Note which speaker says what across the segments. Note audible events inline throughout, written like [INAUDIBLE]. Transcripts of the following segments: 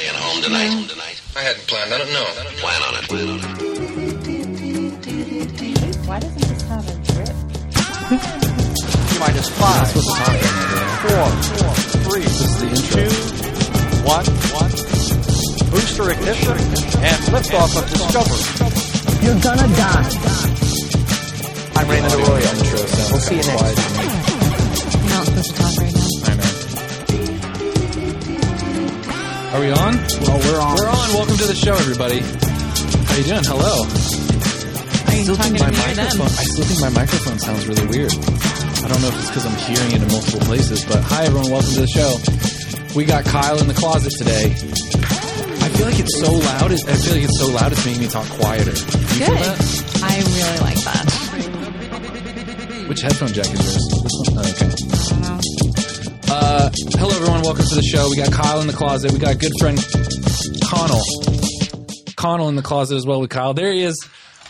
Speaker 1: home tonight?
Speaker 2: I hadn't planned on it, no.
Speaker 1: Plan on it. Plan on it.
Speaker 3: Why doesn't this have a drip?
Speaker 4: minus five. That's what the time Four, four, three, two, one, one. Booster ignition and liftoff of Discovery.
Speaker 5: You're gonna die.
Speaker 4: I'm Raymond Arroyo.
Speaker 5: We'll see you next time.
Speaker 3: You're not supposed to talk right now.
Speaker 6: Are we on?
Speaker 5: Well, we're on.
Speaker 6: We're on. Welcome to the show, everybody. How you doing? Hello.
Speaker 3: Are you talking to me or them?
Speaker 6: microphone. I still think my microphone sounds really weird. I don't know if it's because I'm hearing it in multiple places, but hi everyone, welcome to the show. We got Kyle in the closet today. I feel like it's so loud. It, I feel like it's so loud. It's making me talk quieter. Do you feel that?
Speaker 3: Good. I really like that.
Speaker 6: Which headphone jack is yours? This one. Oh, okay.
Speaker 3: I don't know.
Speaker 6: Uh, hello, everyone. Welcome to the show. We got Kyle in the closet. We got good friend Connell. Connell in the closet as well with Kyle. There he is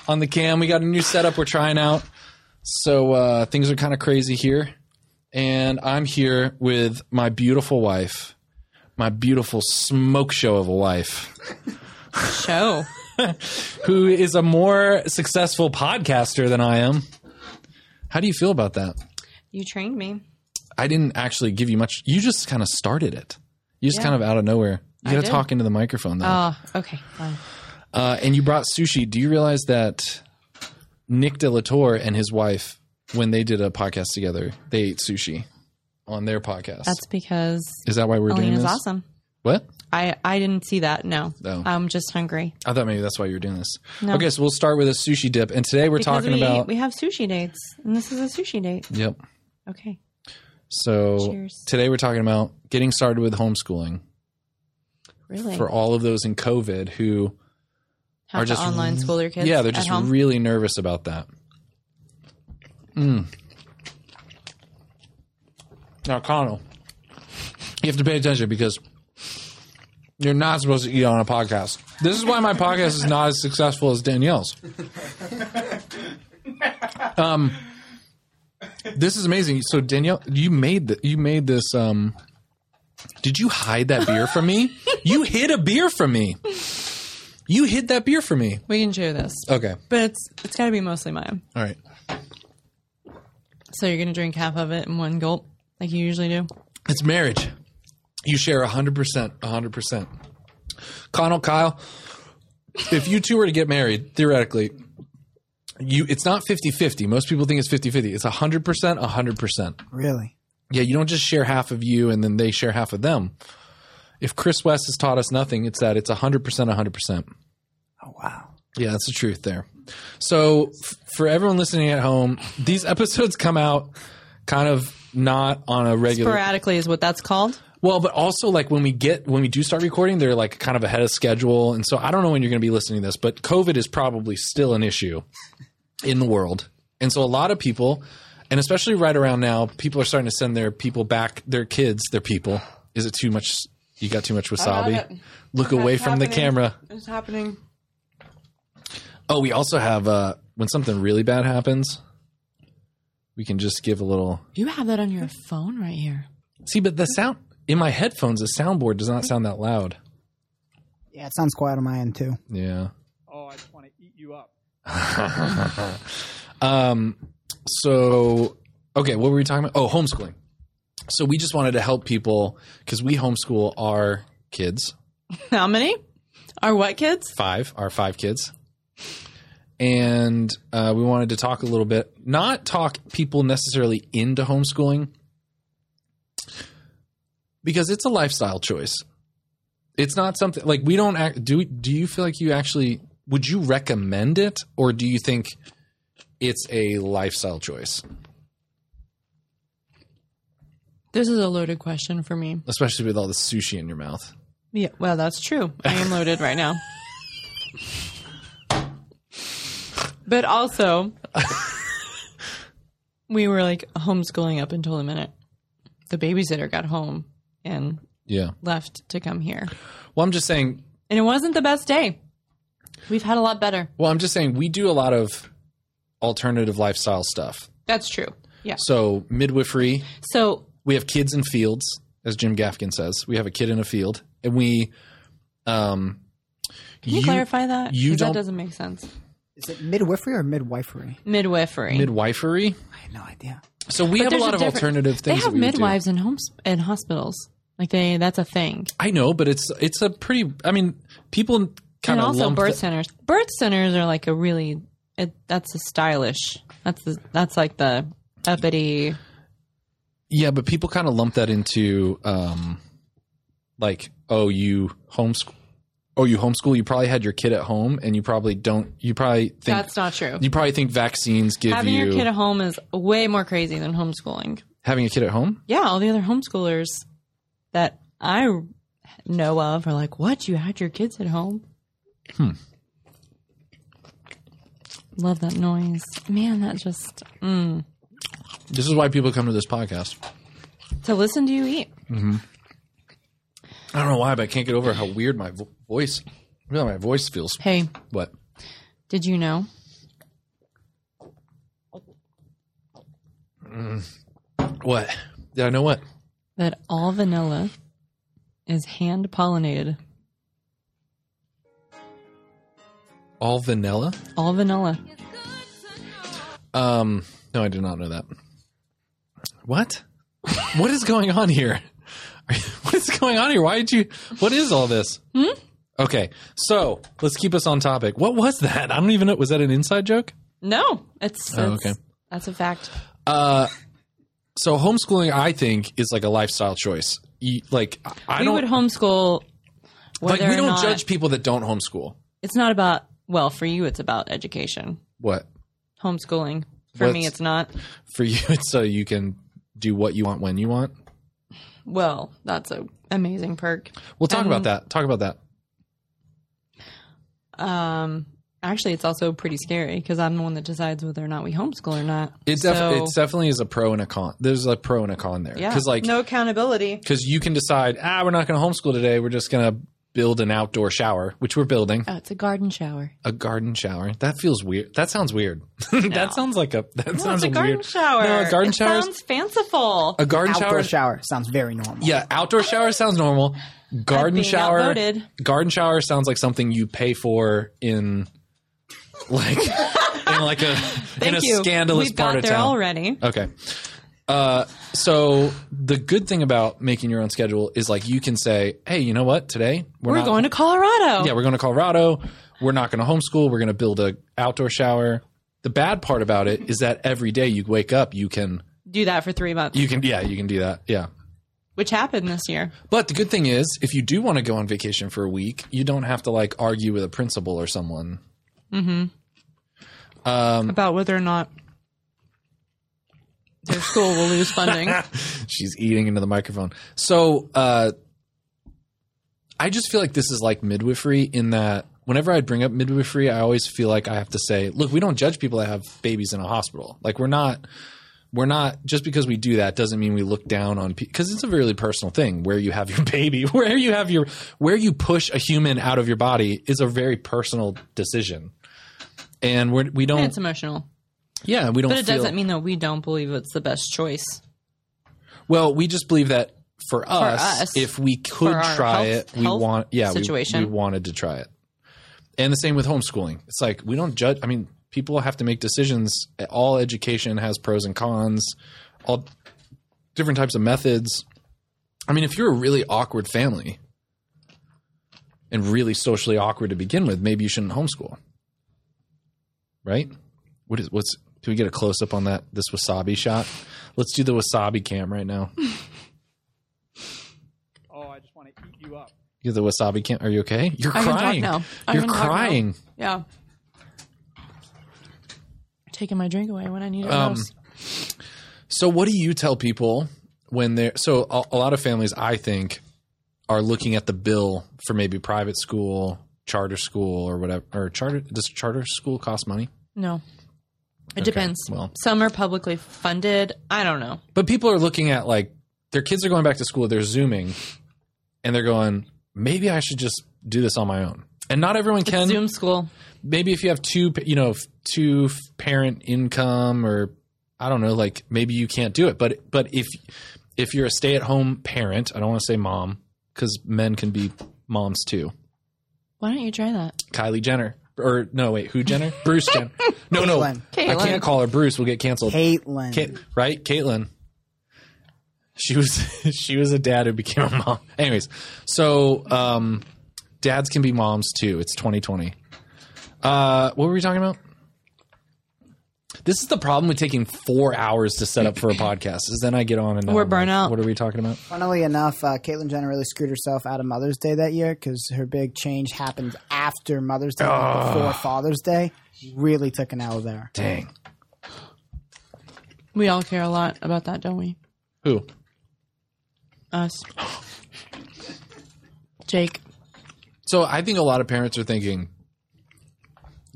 Speaker 6: on the cam. We got a new setup we're trying out. So uh, things are kind of crazy here. And I'm here with my beautiful wife, my beautiful smoke show of a wife,
Speaker 3: Show.
Speaker 6: who is a more successful podcaster than I am. How do you feel about that?
Speaker 3: You trained me.
Speaker 6: I didn't actually give you much. You just kind of started it. You just
Speaker 3: Yeah.
Speaker 6: kind of out of nowhere. You
Speaker 3: I
Speaker 6: got to
Speaker 3: did.
Speaker 6: talk into the microphone though.
Speaker 3: Oh, okay. fine.
Speaker 6: Uh, and you brought sushi. Do you realize that Nick De La Torre and his wife, when they did a podcast together, they ate sushi on their podcast?
Speaker 3: That's because
Speaker 6: Is that why we're doing
Speaker 3: Elena's
Speaker 6: this?
Speaker 3: awesome.
Speaker 6: What?
Speaker 3: I, I didn't see that. No.
Speaker 6: No.
Speaker 3: I'm just hungry.
Speaker 6: I thought maybe that's why you were doing this.
Speaker 3: No.
Speaker 6: Okay, so we'll start with a sushi dip, and today we're
Speaker 3: Because
Speaker 6: talking
Speaker 3: we,
Speaker 6: about.
Speaker 3: we have sushi dates, and this is a sushi date.
Speaker 6: yep.
Speaker 3: Okay.
Speaker 6: So
Speaker 3: Cheers.
Speaker 6: today we're talking about getting started with homeschooling
Speaker 3: Really?
Speaker 6: for all of those in COVID who
Speaker 3: Have
Speaker 6: are
Speaker 3: to
Speaker 6: just
Speaker 3: online school their kids.
Speaker 6: Yeah, they're
Speaker 3: at
Speaker 6: just
Speaker 3: home?
Speaker 6: really nervous about that. Mm. Now, Connell, you have to pay attention because you're not supposed to eat on a podcast. This is why my podcast is not as successful as Danielle's. Um, this is amazing. So Danielle, you made the, you made this. Um, did you hide that beer from me? you hid a beer from me. You hid that beer from me.
Speaker 3: We can share this,
Speaker 6: Okay.
Speaker 3: but it's it's got to be mostly mine.
Speaker 6: All right.
Speaker 3: So you're gonna drink half of it in one gulp, like you usually do.
Speaker 6: It's marriage. You share 100%. 100%. Connell, Kyle, if you two were to get married, theoretically, you it's not 50-50. Most people think it's 50-50. It's 100%, 100%.
Speaker 5: Really?
Speaker 6: Yeah, you don't just share half of you and then they share half of them. If Chris West has taught us nothing, it's that it's 100%, 100%.
Speaker 5: Oh wow.
Speaker 6: Yeah, that's the truth there. So, f- for everyone listening at home, these episodes come out kind of not on a regular
Speaker 3: Sporadically is what that's called.
Speaker 6: Well, but also like when we get when we do start recording, they're like kind of ahead of schedule, and so I don't know when you're going to be listening to this, but COVID is probably still an issue in the world, and so a lot of people, and especially right around now, people are starting to send their people back, their kids, their people. Is it too much? You got too much wasabi.
Speaker 3: it.
Speaker 6: Look away from the camera.
Speaker 3: It's happening.
Speaker 6: Oh, we also have uh when something really bad happens, we can just give a little.
Speaker 3: You have that on your phone right here.
Speaker 6: See, but the sound in my headphones, the soundboard does not sound that loud.
Speaker 5: Yeah, it sounds quiet on my end too.
Speaker 6: Yeah.
Speaker 7: Oh, I just want to eat you up.
Speaker 6: [LAUGHS] Um, so, okay, what were we talking about? Oh, homeschooling. So we just wanted to help people because we homeschool our kids,
Speaker 3: How many? Are what kids?
Speaker 6: five, our five kids. And uh, we wanted to talk a little bit, not talk people necessarily into homeschooling because it's a lifestyle choice. It's not something like we don't act, do. Do you feel like you actually would you recommend it, or do you think it's a lifestyle choice?
Speaker 3: This is a loaded question for me.
Speaker 6: especially with all the sushi in your mouth.
Speaker 3: Yeah, well, that's true. I am loaded right now. But also, we were like homeschooling up until the minute the babysitter got home and
Speaker 6: Yeah.
Speaker 3: left to come here.
Speaker 6: Well, I'm just saying.
Speaker 3: And it wasn't the best day. We've had a lot better.
Speaker 6: Well, I'm just saying we do a lot of alternative lifestyle stuff.
Speaker 3: That's true. Yeah.
Speaker 6: So midwifery,
Speaker 3: So
Speaker 6: we have kids in fields, as Jim Gaffigan says. We have a kid in a field, and we Um,
Speaker 3: Can you, clarify that?
Speaker 6: you
Speaker 3: 'Cause
Speaker 6: don't-
Speaker 3: that doesn't make sense.
Speaker 5: Is it midwifery or midwifery?
Speaker 3: Midwifery.
Speaker 6: midwifery.
Speaker 5: I have no idea.
Speaker 6: So we
Speaker 3: But
Speaker 6: have a
Speaker 3: there's
Speaker 6: lot of
Speaker 3: different-
Speaker 6: alternative things.
Speaker 3: They
Speaker 6: that
Speaker 3: have
Speaker 6: we would do.
Speaker 3: midwives in homes in hospitals. Like they, that's a thing.
Speaker 6: I know, but it's it's a pretty. I mean, people kind
Speaker 3: and
Speaker 6: of
Speaker 3: also
Speaker 6: lump.
Speaker 3: birth
Speaker 6: the-
Speaker 3: centers. Birth centers are like a really. It, that's a stylish. That's the, that's like the uppity.
Speaker 6: yeah, but people kind of lump that into um, like oh you homeschool. Oh, you homeschool. You probably had your kid at home, and you probably don't. You probably think
Speaker 3: That's not true.
Speaker 6: you probably think vaccines give
Speaker 3: Having
Speaker 6: you
Speaker 3: your kid at home is way more crazy than homeschooling.
Speaker 6: having a kid at home.
Speaker 3: Yeah, all the other homeschoolers that I know of are like, "What? You had your kids at home?" Hmm. Love that noise, man. That just
Speaker 6: This is why people come to this podcast.
Speaker 3: to listen to you eat.
Speaker 6: I don't know why, but I can't get over how weird my vo- voice. Really, my voice feels.
Speaker 3: Hey,
Speaker 6: What?
Speaker 3: did you know?
Speaker 6: What? Yeah, I know what.
Speaker 3: that all vanilla is hand pollinated.
Speaker 6: All vanilla.
Speaker 3: All vanilla.
Speaker 6: Um, no, I did not know that. What? what is going on here? Are you- [LAUGHS] What is going on here? Why did you? What is all this? Hmm? Okay, so let's keep us on topic. What was that? I don't even know. Was that an inside joke?
Speaker 3: No, it's,
Speaker 6: Oh,
Speaker 3: it's-
Speaker 6: okay.
Speaker 3: That's a fact.
Speaker 6: So homeschooling, I think, is like a lifestyle choice. You, like I- I
Speaker 3: we
Speaker 6: don't
Speaker 3: would homeschool.
Speaker 6: like
Speaker 3: Whether
Speaker 6: we
Speaker 3: or
Speaker 6: don't
Speaker 3: not,
Speaker 6: judge people that don't homeschool.
Speaker 3: It's not about well for you. It's about education.
Speaker 6: What
Speaker 3: Homeschooling for me,
Speaker 6: What's-
Speaker 3: it's not.
Speaker 6: for you? [LAUGHS] It's so you can do what you want when you want.
Speaker 3: Well, that's a amazing perk.
Speaker 6: We'll talk about
Speaker 3: And-
Speaker 6: that. Talk about that.
Speaker 3: Um, actually, it's also pretty scary because I'm the one that decides whether or not we homeschool or not.
Speaker 6: It, def-
Speaker 3: So,
Speaker 6: it definitely is a pro and a con. There's a pro and a con there
Speaker 3: yeah,
Speaker 6: because like
Speaker 3: no accountability.
Speaker 6: because you can decide, ah, we're not going to homeschool today. We're just going to build an outdoor shower, which we're building
Speaker 3: Oh, it's a garden shower.
Speaker 6: a garden shower. That feels weird. That sounds weird. [LAUGHS] that sounds like a that
Speaker 3: No,
Speaker 6: sounds
Speaker 3: it's a garden
Speaker 6: weird.
Speaker 3: shower.
Speaker 6: No, a garden
Speaker 3: It
Speaker 6: shower. is-
Speaker 3: sounds fanciful.
Speaker 6: a garden
Speaker 5: Outdoor
Speaker 6: shower.
Speaker 5: shower sounds very normal.
Speaker 6: Yeah, outdoor shower sounds normal. Garden
Speaker 3: being
Speaker 6: shower.
Speaker 3: outvoted.
Speaker 6: Garden shower sounds like something you pay for in
Speaker 3: [LAUGHS]
Speaker 6: like in like a in a
Speaker 3: Thank you.
Speaker 6: scandalous
Speaker 3: We've
Speaker 6: part
Speaker 3: got
Speaker 6: of
Speaker 3: there
Speaker 6: town.
Speaker 3: already.
Speaker 6: Okay. Uh, so the good thing about making your own schedule is like you can say, hey, you know what? Today
Speaker 3: We're
Speaker 6: not-
Speaker 3: going to Colorado.
Speaker 6: yeah, we're going to Colorado. We're not going to homeschool. We're going to build a outdoor shower. The bad part about it is that every day you wake up, you can
Speaker 3: Do that for three months,
Speaker 6: you can yeah you can do that yeah.
Speaker 3: which happened this year.
Speaker 6: But the good thing is, if you do want to go on vacation for a week, you don't have to like argue with a principal or someone. Um,
Speaker 3: about whether or not their school will lose
Speaker 6: [LAUGHS]
Speaker 3: funding.
Speaker 6: She's eating into the microphone. So uh, I just feel like this is like midwifery in that whenever I bring up midwifery, I always feel like I have to say, look, we don't judge people that have babies in a hospital. Like we're not, we're not just because we do that doesn't mean we look down on people because it's a really personal thing. Where you have your [LAUGHS] baby, where you have your, where you push a human out of your body is a very personal decision. And we're, we don't,
Speaker 3: it's emotional.
Speaker 6: yeah, we don't.
Speaker 3: But it
Speaker 6: feel,
Speaker 3: doesn't mean that we don't believe it's the best choice.
Speaker 6: Well, we just believe that for us,
Speaker 3: us.
Speaker 6: if we could
Speaker 3: For our
Speaker 6: try
Speaker 3: health-
Speaker 6: it, we
Speaker 3: health
Speaker 6: want yeah, we-
Speaker 3: situation.
Speaker 6: We, wanted to try it. And the same with homeschooling. It's like we don't judge I mean, people have to make decisions. All education has pros and cons, all different types of methods. I mean, if you're a really awkward family and really socially awkward to begin with, maybe you shouldn't homeschool. Right? What is what's can we get a close up on that this wasabi shot? Let's do the wasabi cam right now.
Speaker 7: [LAUGHS] Oh, I just want to eat you up.
Speaker 6: You're the wasabi can Are you okay? You're
Speaker 3: I can talk
Speaker 6: crying.
Speaker 3: now. I
Speaker 6: You're
Speaker 3: can talk now.
Speaker 6: crying.
Speaker 3: Yeah. Taking my drink away when I need it
Speaker 6: Um,
Speaker 3: most.
Speaker 6: So, what do you tell people when they're so? A, a lot of families, I think, are looking at the bill for maybe private school, charter school, or whatever. Or charter does charter school cost money?
Speaker 3: No. It depends.
Speaker 6: well.
Speaker 3: Some are publicly funded. I don't know.
Speaker 6: But people are looking at like their kids are going back to school. They're zooming, and they're going. Maybe I should just do this on my own. And not everyone can.
Speaker 3: Zoom school.
Speaker 6: maybe if you have two you know two parent income or i don't know like maybe you can't do it but but if if you're a stay-at-home parent i don't want to say mom because men can be moms too
Speaker 3: Why don't you try that?
Speaker 6: Kylie Jenner. Or no, wait, who Jenner? Bruce Jenner. No, no,
Speaker 5: Caitlyn.
Speaker 6: I
Speaker 3: Caitlyn.
Speaker 6: can't call her Bruce. We'll get canceled.
Speaker 5: Caitlin.
Speaker 6: Ca- right, Caitlyn. She was [LAUGHS] she was a dad who became a mom. [LAUGHS] Anyways, so um, dads can be moms too. It's 2020. Uh, what were we talking about? This is the problem with taking four hours to set up for a podcast. Is then I get on and
Speaker 3: We're
Speaker 6: I'm
Speaker 3: burnt
Speaker 6: like,
Speaker 3: out.
Speaker 6: What are we talking about?
Speaker 5: Funnily enough, uh, Caitlyn Jenner really screwed herself out of Mother's Day that year because her big change happened after Mother's Day, not before Father's Day. Really took an L there.
Speaker 6: Dang.
Speaker 3: We all care a lot about that, don't we?
Speaker 6: Who?
Speaker 3: Us. Jake.
Speaker 6: So I think a lot of parents are thinking,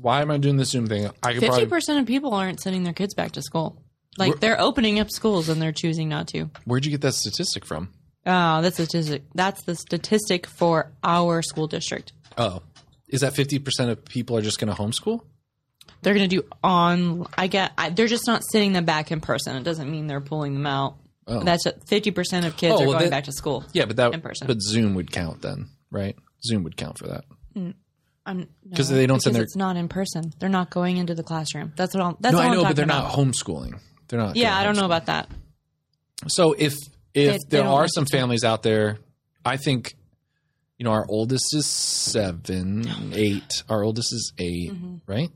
Speaker 6: why am I doing this Zoom thing? I could
Speaker 3: Fifty
Speaker 6: probably.
Speaker 3: percent of people aren't sending their kids back to school. Like they're opening up schools and they're choosing not to.
Speaker 6: Where'd you get that statistic from?
Speaker 3: Oh, that's a statistic. That's the statistic for our school district.
Speaker 6: Oh, is that fifty percent of people are just going to homeschool?
Speaker 3: They're going to do on. I get. I, they're just not sending them back in person. It doesn't mean they're pulling them out. That's fifty percent of kids
Speaker 6: Oh,
Speaker 3: are
Speaker 6: well,
Speaker 3: going
Speaker 6: that-
Speaker 3: back to school.
Speaker 6: Yeah, but that
Speaker 3: In person.
Speaker 6: But Zoom would count then, right? Zoom would count for that.
Speaker 3: I'm-
Speaker 6: 'Cause
Speaker 3: no,
Speaker 6: they don't
Speaker 3: because
Speaker 6: send their-
Speaker 3: It's not in person. They're not going into the classroom. That's what. I'll, that's
Speaker 6: No,
Speaker 3: all
Speaker 6: I
Speaker 3: I'm
Speaker 6: know, but
Speaker 3: talking
Speaker 6: they're
Speaker 3: about.
Speaker 6: not homeschooling. They're not.
Speaker 3: Yeah,
Speaker 6: doing
Speaker 3: I don't know about that.
Speaker 6: So if if
Speaker 3: They- they
Speaker 6: there
Speaker 3: don't
Speaker 6: are
Speaker 3: like
Speaker 6: some families out there, I think you know our oldest is seven, eight. Our oldest is 8
Speaker 3: Mm-hmm.
Speaker 6: right?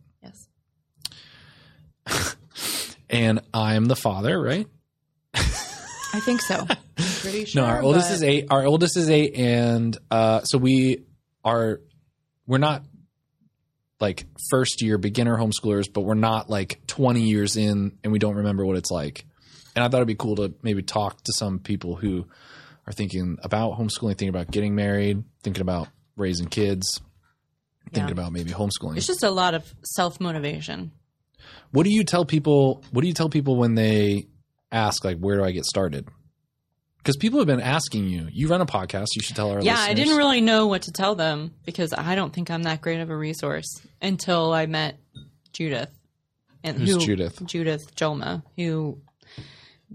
Speaker 3: Yes.
Speaker 6: And I'm the father, right?
Speaker 3: I think so. I'm pretty sure.
Speaker 6: [LAUGHS] No, our oldest
Speaker 3: but-
Speaker 6: is eight. Our oldest is eight, and uh, so we are we're not like first year beginner homeschoolers, but we're not like twenty years in, and we don't remember what it's like. And I thought it'd be cool to maybe talk to some people who are thinking about homeschooling, thinking about getting married, thinking about raising kids, thinking about maybe homeschooling.
Speaker 3: It's just a lot of self motivation.
Speaker 6: what do you tell people? What do you tell people when they ask like, "Where do I get started"? Because people have been asking you. You run a podcast. You should tell our
Speaker 3: Yeah, I
Speaker 6: listeners.
Speaker 3: didn't really know what to tell them because I don't think I'm that great of a resource until I met Judith. And
Speaker 6: Who's Judith?
Speaker 3: Judith Jolma, who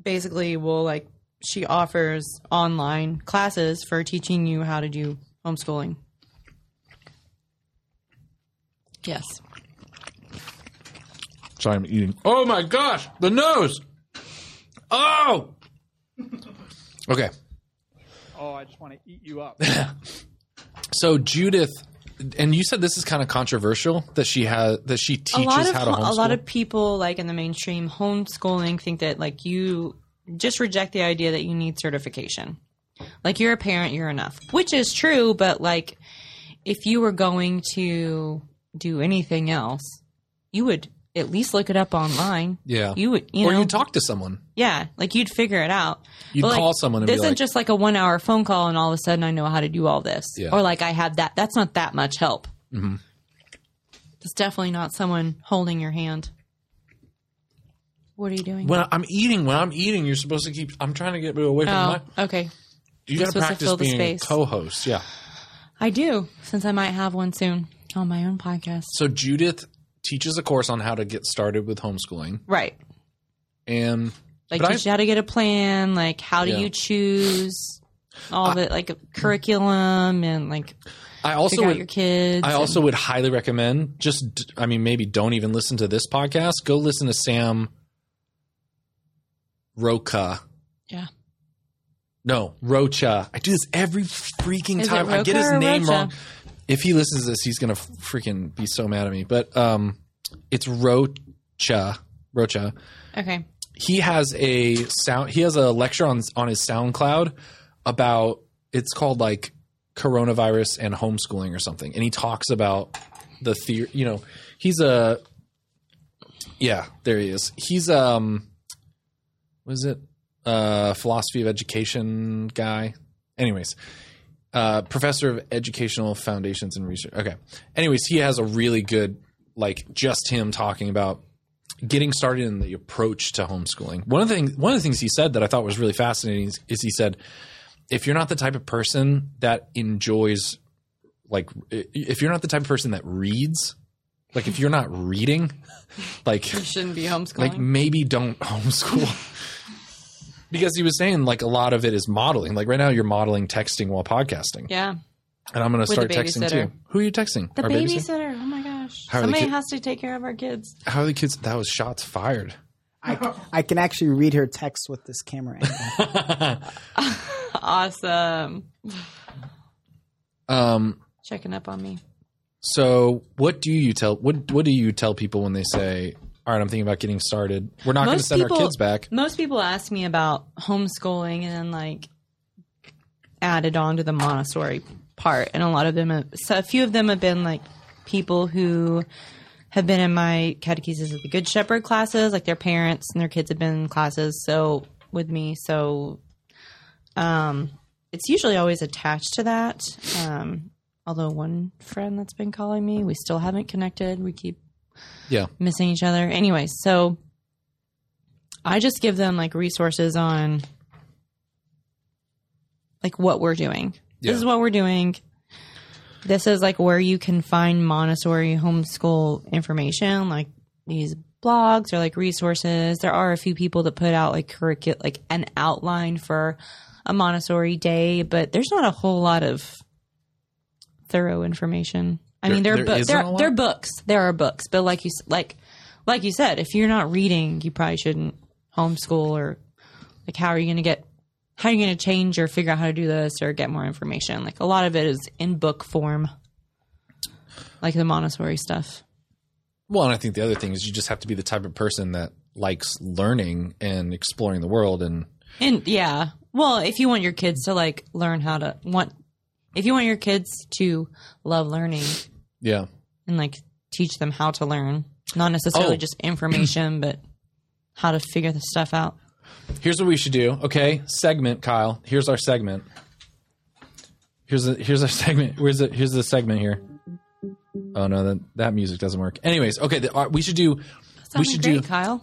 Speaker 3: basically will like she offers online classes for teaching you how to do homeschooling. Yes.
Speaker 6: Sorry, I'm eating. Oh my gosh, the nose. Oh. Okay,
Speaker 7: Oh, I just want to eat you up.
Speaker 6: [LAUGHS] so Judith, and you said this is kind of controversial that she has that she
Speaker 3: a
Speaker 6: teaches
Speaker 3: lot of
Speaker 6: how to homeschool.
Speaker 3: a lot of people like in the mainstream homeschooling think that like you just reject the idea that you need certification like you're a parent you're enough which is true but like if you were going to do anything else you would at least look it up online
Speaker 6: yeah,
Speaker 3: you would you
Speaker 6: or
Speaker 3: know
Speaker 6: you talk to someone.
Speaker 3: yeah like you'd figure it out
Speaker 6: You'd
Speaker 3: But, like,
Speaker 6: call someone and be
Speaker 3: this isn't
Speaker 6: like-
Speaker 3: just like a one hour phone call and all of a sudden i know how to do all this
Speaker 6: Yeah.
Speaker 3: or like i have that that's not that much help mm-hmm. it's definitely not someone holding your hand what are you doing
Speaker 6: When I'm eating, when I'm eating, you're supposed to keep. I'm trying to get away from
Speaker 3: oh
Speaker 6: my.
Speaker 3: okay
Speaker 6: You
Speaker 3: you're
Speaker 6: got to
Speaker 3: supposed to
Speaker 6: practice
Speaker 3: fill the
Speaker 6: being a
Speaker 3: space.
Speaker 6: co-host. Yeah.
Speaker 3: i do since i might have one soon on my own podcast
Speaker 6: So Judith teaches a course on how to get started with homeschooling,
Speaker 3: right
Speaker 6: and
Speaker 3: like
Speaker 6: but I-
Speaker 3: teach you how to get a plan like how do
Speaker 6: Yeah.
Speaker 3: you choose all the like curriculum and like
Speaker 6: I also
Speaker 3: figure out
Speaker 6: would-
Speaker 3: your kids
Speaker 6: I
Speaker 3: and-
Speaker 6: also would highly recommend just, d- I mean, maybe don't even listen to this podcast. Go listen to Sam Roca.
Speaker 3: yeah
Speaker 6: No, Rocha. I do this every freaking
Speaker 3: Is it
Speaker 6: time. I get his
Speaker 3: Rocha or
Speaker 6: name
Speaker 3: Rocha?
Speaker 6: wrong. If he listens to this, he's going to freaking be so mad at me. But um, it's Rocha. Rocha.
Speaker 3: okay
Speaker 6: He has a sound. He has a lecture on on his SoundCloud about it's called like coronavirus and homeschooling or something, and he talks about the theory. You know, he's a yeah, there he is. He's um, was it uh, philosophy of education guy? Anyways, uh, professor of educational foundations and research. Okay. Anyways, he has a really good like just him talking about getting started in the approach to homeschooling. One of the things, one of the things he said that I thought was really fascinating is, is he said, if you're not the type of person that enjoys, like, i- if you're not the type of person that reads, like, if you're not reading, [LAUGHS] like,
Speaker 3: shouldn't be homeschooling
Speaker 6: like maybe
Speaker 3: [LAUGHS]
Speaker 6: don't [LAUGHS] homeschool. because he was saying like a lot of it is modeling. Like right now, you're modeling texting while podcasting.
Speaker 3: yeah
Speaker 6: and I'm going
Speaker 3: the
Speaker 6: to start texting
Speaker 3: babysitter.
Speaker 6: too. Who are you texting?
Speaker 3: The
Speaker 6: Our
Speaker 3: babysitter. Oh my gosh.
Speaker 6: How are the
Speaker 3: Somebody
Speaker 6: kid-
Speaker 3: has to take care of our kids.
Speaker 6: How are the kids? That was shots fired.
Speaker 5: I, I can actually read her text with this camera angle.
Speaker 6: [LAUGHS]
Speaker 3: Awesome.
Speaker 6: Um.
Speaker 3: Checking up on me.
Speaker 6: So what do you tell? What What do you tell people when they say, "All right, I'm thinking about getting started. We're not going to
Speaker 3: Most
Speaker 6: send our
Speaker 3: people-
Speaker 6: kids back."
Speaker 3: Most people ask me about homeschooling and then like added on to the Montessori part, and a lot of them, have, so a few of them have been like people who have been in my catechesis at the Good Shepherd classes, like their parents and their kids have been in classes. So with me, so um, it's usually always attached to that. Um, although one friend that's been calling me, we still haven't connected. We keep
Speaker 6: Yeah.
Speaker 3: missing each other. Anyway, so I just give them like resources on like what we're doing.
Speaker 6: Yeah.
Speaker 3: This is what we're doing. This is like where you can find Montessori homeschool information, like these blogs or like resources. There are a few people that put out like curricul like an outline for a Montessori day, but there's not a whole lot of thorough information. I
Speaker 6: There-
Speaker 3: mean, there
Speaker 6: there
Speaker 3: are bu-
Speaker 6: isn't
Speaker 3: there,
Speaker 6: a
Speaker 3: are-
Speaker 6: lot?
Speaker 3: there are books. There are books, but like you s- like like you said, if you're not reading, you probably shouldn't homeschool or like how are you going to get how are you going to change or figure out how to do this or get more information? Like a lot of it is in book form, like the Montessori stuff.
Speaker 6: Well, and I think the other thing is you just have to be the type of person that likes learning and exploring the world and
Speaker 3: And yeah, well, if you want your kids to like learn how to want, if you want your kids to love learning
Speaker 6: yeah.
Speaker 3: and like teach them how to learn, not necessarily
Speaker 6: Oh.
Speaker 3: just information, [CLEARS THROAT] but how to figure the stuff out.
Speaker 6: Here's what we should do. Okay, segment, Kyle. Here's our segment. Here's a, here's our [LAUGHS] segment. Where's the here's the segment here. Oh no, that that music doesn't work. Anyways, okay, the, uh, we should do
Speaker 3: Sounding
Speaker 6: should
Speaker 3: great,
Speaker 6: do-
Speaker 3: Kyle.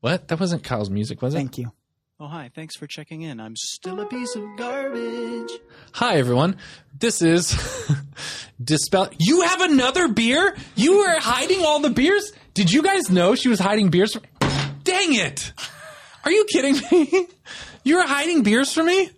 Speaker 6: what? That wasn't Kyle's music, was it?
Speaker 5: Thank you.
Speaker 1: Oh, hi. Thanks for checking in. I'm still a piece of garbage.
Speaker 6: Hi everyone. This is [LAUGHS] Dispel You have another beer? You were hiding all the beers? Did you guys know she was hiding beers from Dang it. Are you kidding me? [LAUGHS] You were hiding beers from me?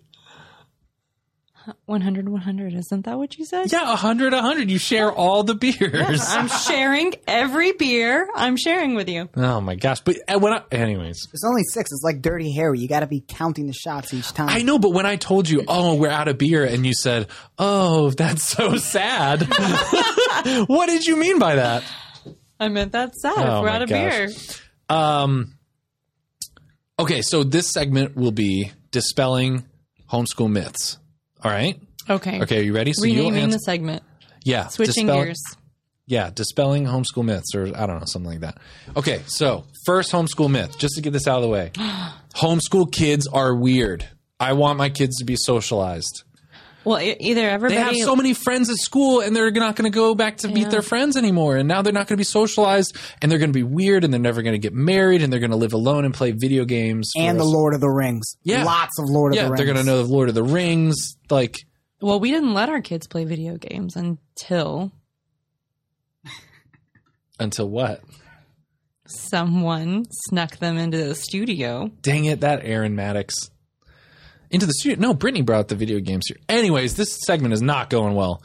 Speaker 3: 100, 100. Isn't that what you said?
Speaker 6: Yeah, 100 100. You share all the beers.
Speaker 3: I'm sharing every beer I'm sharing with you.
Speaker 6: Oh my gosh! But uh, when I, anyways,
Speaker 5: There's only six. It's like Dirty Harry. You got to be counting the shots each time.
Speaker 6: I know. But when I told you, oh, we're out of beer, and you said, oh, that's so sad. [LAUGHS] what did you mean by that?
Speaker 3: I meant that's sad.
Speaker 6: Oh,
Speaker 3: if we're
Speaker 6: my
Speaker 3: out of
Speaker 6: gosh.
Speaker 3: beer.
Speaker 6: Um. Okay, so this segment will be dispelling homeschool myths. All right.
Speaker 3: Okay.
Speaker 6: Okay, are you ready? So
Speaker 3: Renaming
Speaker 6: you'll answer.
Speaker 3: the segment.
Speaker 6: yeah.
Speaker 3: Switching
Speaker 6: dispel-
Speaker 3: gears.
Speaker 6: Yeah, dispelling homeschool myths, or I don't know, something like that. Okay, so first homeschool myth, just to get this out of
Speaker 3: [GASPS]
Speaker 6: the way homeschool kids are weird. I want my kids to be socialized.
Speaker 3: Well, e- either everybody.
Speaker 6: They have so many friends at school, and they're not going to go back to meet their friends anymore. And now they're not going to be socialized, and they're going to be weird, and they're never going to get married, and they're going to live alone and play video games. for
Speaker 5: and the
Speaker 6: us.
Speaker 5: Lord of the Rings.
Speaker 6: Yeah.
Speaker 5: Lots of Lord of
Speaker 6: yeah,
Speaker 5: the Rings.
Speaker 6: they're going to know the Lord of the Rings. Like,
Speaker 3: well, we didn't let our kids play video games until
Speaker 6: until what?
Speaker 3: someone snuck them into the studio.
Speaker 6: Dang it, that Aaron Maddox. Into the studio. No, Brittany brought the video games here. Anyways, this segment is not going well.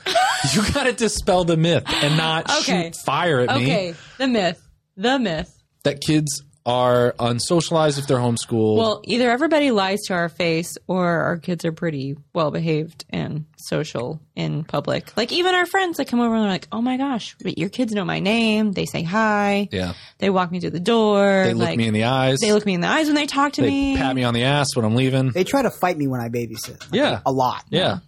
Speaker 6: you got to dispel the myth and not
Speaker 3: Okay.
Speaker 6: shoot fire at me.
Speaker 3: Okay, the myth. The myth.
Speaker 6: That kids are unsocialized if they're homeschooled.
Speaker 3: Well, either everybody lies to our face or our kids are pretty well behaved and social in public. Like even our friends that come over and they're like, "Oh my gosh, but your kids know my name. They say hi.
Speaker 6: yeah.
Speaker 3: They walk me to the door.
Speaker 6: They look
Speaker 3: like,
Speaker 6: me in the eyes.
Speaker 3: They look me in the eyes when they talk to
Speaker 6: They
Speaker 3: me.
Speaker 6: pat me on the ass when I'm leaving.
Speaker 5: They try to fight me when I babysit. Like,
Speaker 6: Yeah.
Speaker 5: A lot.
Speaker 6: yeah.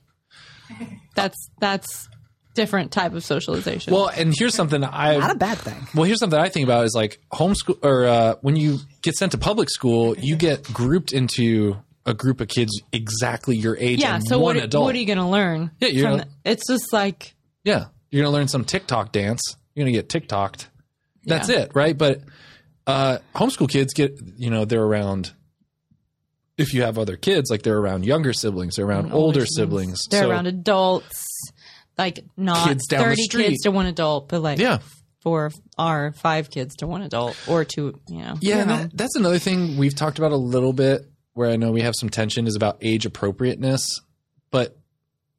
Speaker 3: That's that's different type of socialization.
Speaker 6: Well, and here's something I
Speaker 5: Not a bad thing.
Speaker 6: Well, here's something I think about is like homeschool or uh, when you get sent to public school, you get grouped into a group of kids exactly your age
Speaker 3: yeah.
Speaker 6: and
Speaker 3: So
Speaker 6: one
Speaker 3: what, are-
Speaker 6: adult.
Speaker 3: what are you going to learn?
Speaker 6: Yeah, you're
Speaker 3: from
Speaker 6: gonna-
Speaker 3: the- it's just like
Speaker 6: yeah, you're gonna learn some TikTok dance. You're gonna get TikToked. That's
Speaker 3: Yeah.
Speaker 6: it, right? But uh, homeschool kids get you know they're around. If you have other kids, like they're around younger siblings, they're around older siblings.
Speaker 3: they're
Speaker 6: So-
Speaker 3: around adults, like not
Speaker 6: Kids down the
Speaker 3: thirty
Speaker 6: street.
Speaker 3: kids to one adult, but like
Speaker 6: Yeah.
Speaker 3: four or five kids to one adult or two, you know.
Speaker 6: Yeah, and that, that's another thing we've talked about a little bit where I know we have some tension is about age appropriateness, but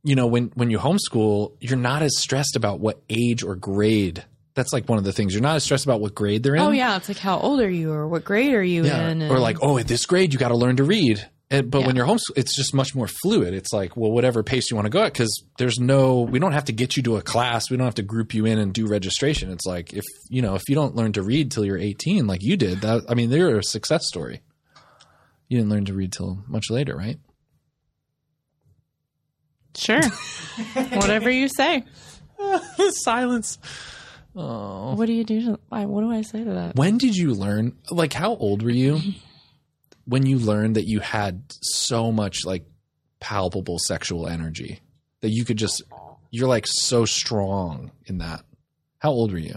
Speaker 6: you know, when when you homeschool, you're not as stressed about what age or grade. That's like one of the things. You're not as stressed about what grade they're in.
Speaker 3: Oh yeah, it's like how old are you or what grade are you
Speaker 6: Yeah.
Speaker 3: in?
Speaker 6: Or
Speaker 3: and-
Speaker 6: like, oh, at this grade, you got to learn to read. And, but when
Speaker 3: Yeah.
Speaker 6: you're homeschool, it's just much more fluid. It's like, well, whatever pace you want to go at, because there's no, we don't have to get you to a class. We don't have to group you in and do registration. It's like, if, you know, if you don't learn to read till you're 18, like you did, that, I mean, they're a success story. You didn't learn to read till much later, right?
Speaker 3: sure,
Speaker 6: [LAUGHS]
Speaker 3: whatever you say.
Speaker 6: Silence. Oh.
Speaker 3: What do you do? To, I, what do I say to that?
Speaker 6: When did you learn? Like, how old were you when you learned that you had so much like palpable sexual energy that you could just, you're like so strong in that? How old were you?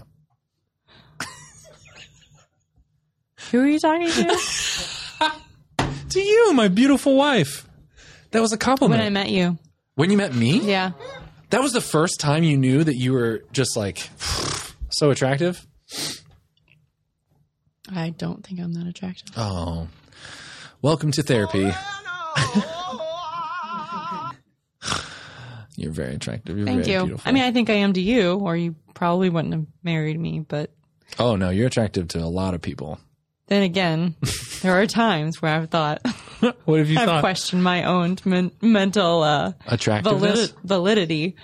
Speaker 3: Who are you talking
Speaker 6: [LAUGHS]
Speaker 3: to?
Speaker 6: To you, my beautiful wife. That was a compliment.
Speaker 3: when I met you,
Speaker 6: when you met me?
Speaker 3: yeah.
Speaker 6: That was the first time you knew that you were just like so attractive?
Speaker 3: I don't think I'm that attractive.
Speaker 6: Oh. Welcome
Speaker 3: [LAUGHS]
Speaker 6: to therapy. You're very attractive. You're
Speaker 3: Thank
Speaker 6: very
Speaker 3: you.
Speaker 6: beautiful.
Speaker 3: I mean, I think I am to you, or you probably wouldn't have married me. But
Speaker 6: oh no, you're attractive to a lot of people.
Speaker 3: then
Speaker 6: [LAUGHS]
Speaker 3: again, there are times where I've thought
Speaker 6: What have you
Speaker 3: I've
Speaker 6: thought?
Speaker 3: questioned my own men- mental uh,
Speaker 6: Attractiveness?
Speaker 3: valid- validity.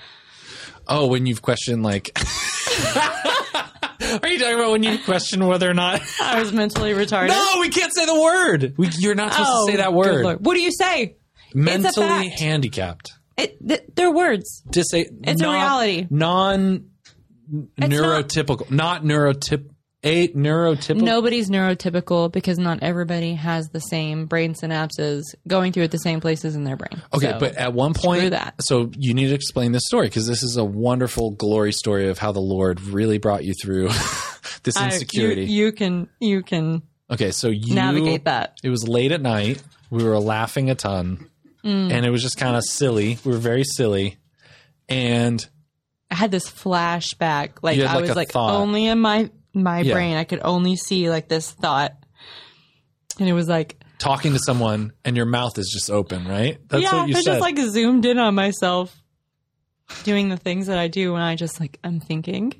Speaker 6: oh, when you've questioned like [LAUGHS] Are you talking about when you question whether
Speaker 3: [LAUGHS]
Speaker 6: or not
Speaker 3: I was mentally retarded.
Speaker 6: No, we can't say the word. We, you're not supposed
Speaker 3: Oh,
Speaker 6: to say that
Speaker 3: good
Speaker 6: word.
Speaker 3: Lord. What do you say?
Speaker 6: Mentally
Speaker 3: fact.
Speaker 6: handicapped.
Speaker 3: It, th- they're words.
Speaker 6: Disa-
Speaker 3: It's a reality.
Speaker 6: Non
Speaker 3: not-
Speaker 6: neurotypical. Not, neurotip a neurotypical.
Speaker 3: Nobody's neurotypical because not everybody has the same brain synapses going through at the same places in their brain.
Speaker 6: Okay,
Speaker 3: So,
Speaker 6: but at one point,
Speaker 3: that.
Speaker 6: so you need to explain this story because this is a wonderful glory story of how the Lord really brought you through [LAUGHS] this
Speaker 3: I-
Speaker 6: insecurity.
Speaker 3: you, you can you can
Speaker 6: okay, so you
Speaker 3: navigate that.
Speaker 6: It was late at night. We were laughing a ton,
Speaker 3: Mm.
Speaker 6: and it was just kind of silly. We were very silly, and
Speaker 3: I had this flashback. Like
Speaker 6: You had,
Speaker 3: I
Speaker 6: like,
Speaker 3: was
Speaker 6: a
Speaker 3: like
Speaker 6: thought.
Speaker 3: only in my my
Speaker 6: Yeah.
Speaker 3: brain I could only see like this thought, and it was like
Speaker 6: talking to someone, and your mouth is just open, right? That's
Speaker 3: yeah,
Speaker 6: what you
Speaker 3: I
Speaker 6: said.
Speaker 3: just like zoomed in on myself doing the things that I do when I just like I'm thinking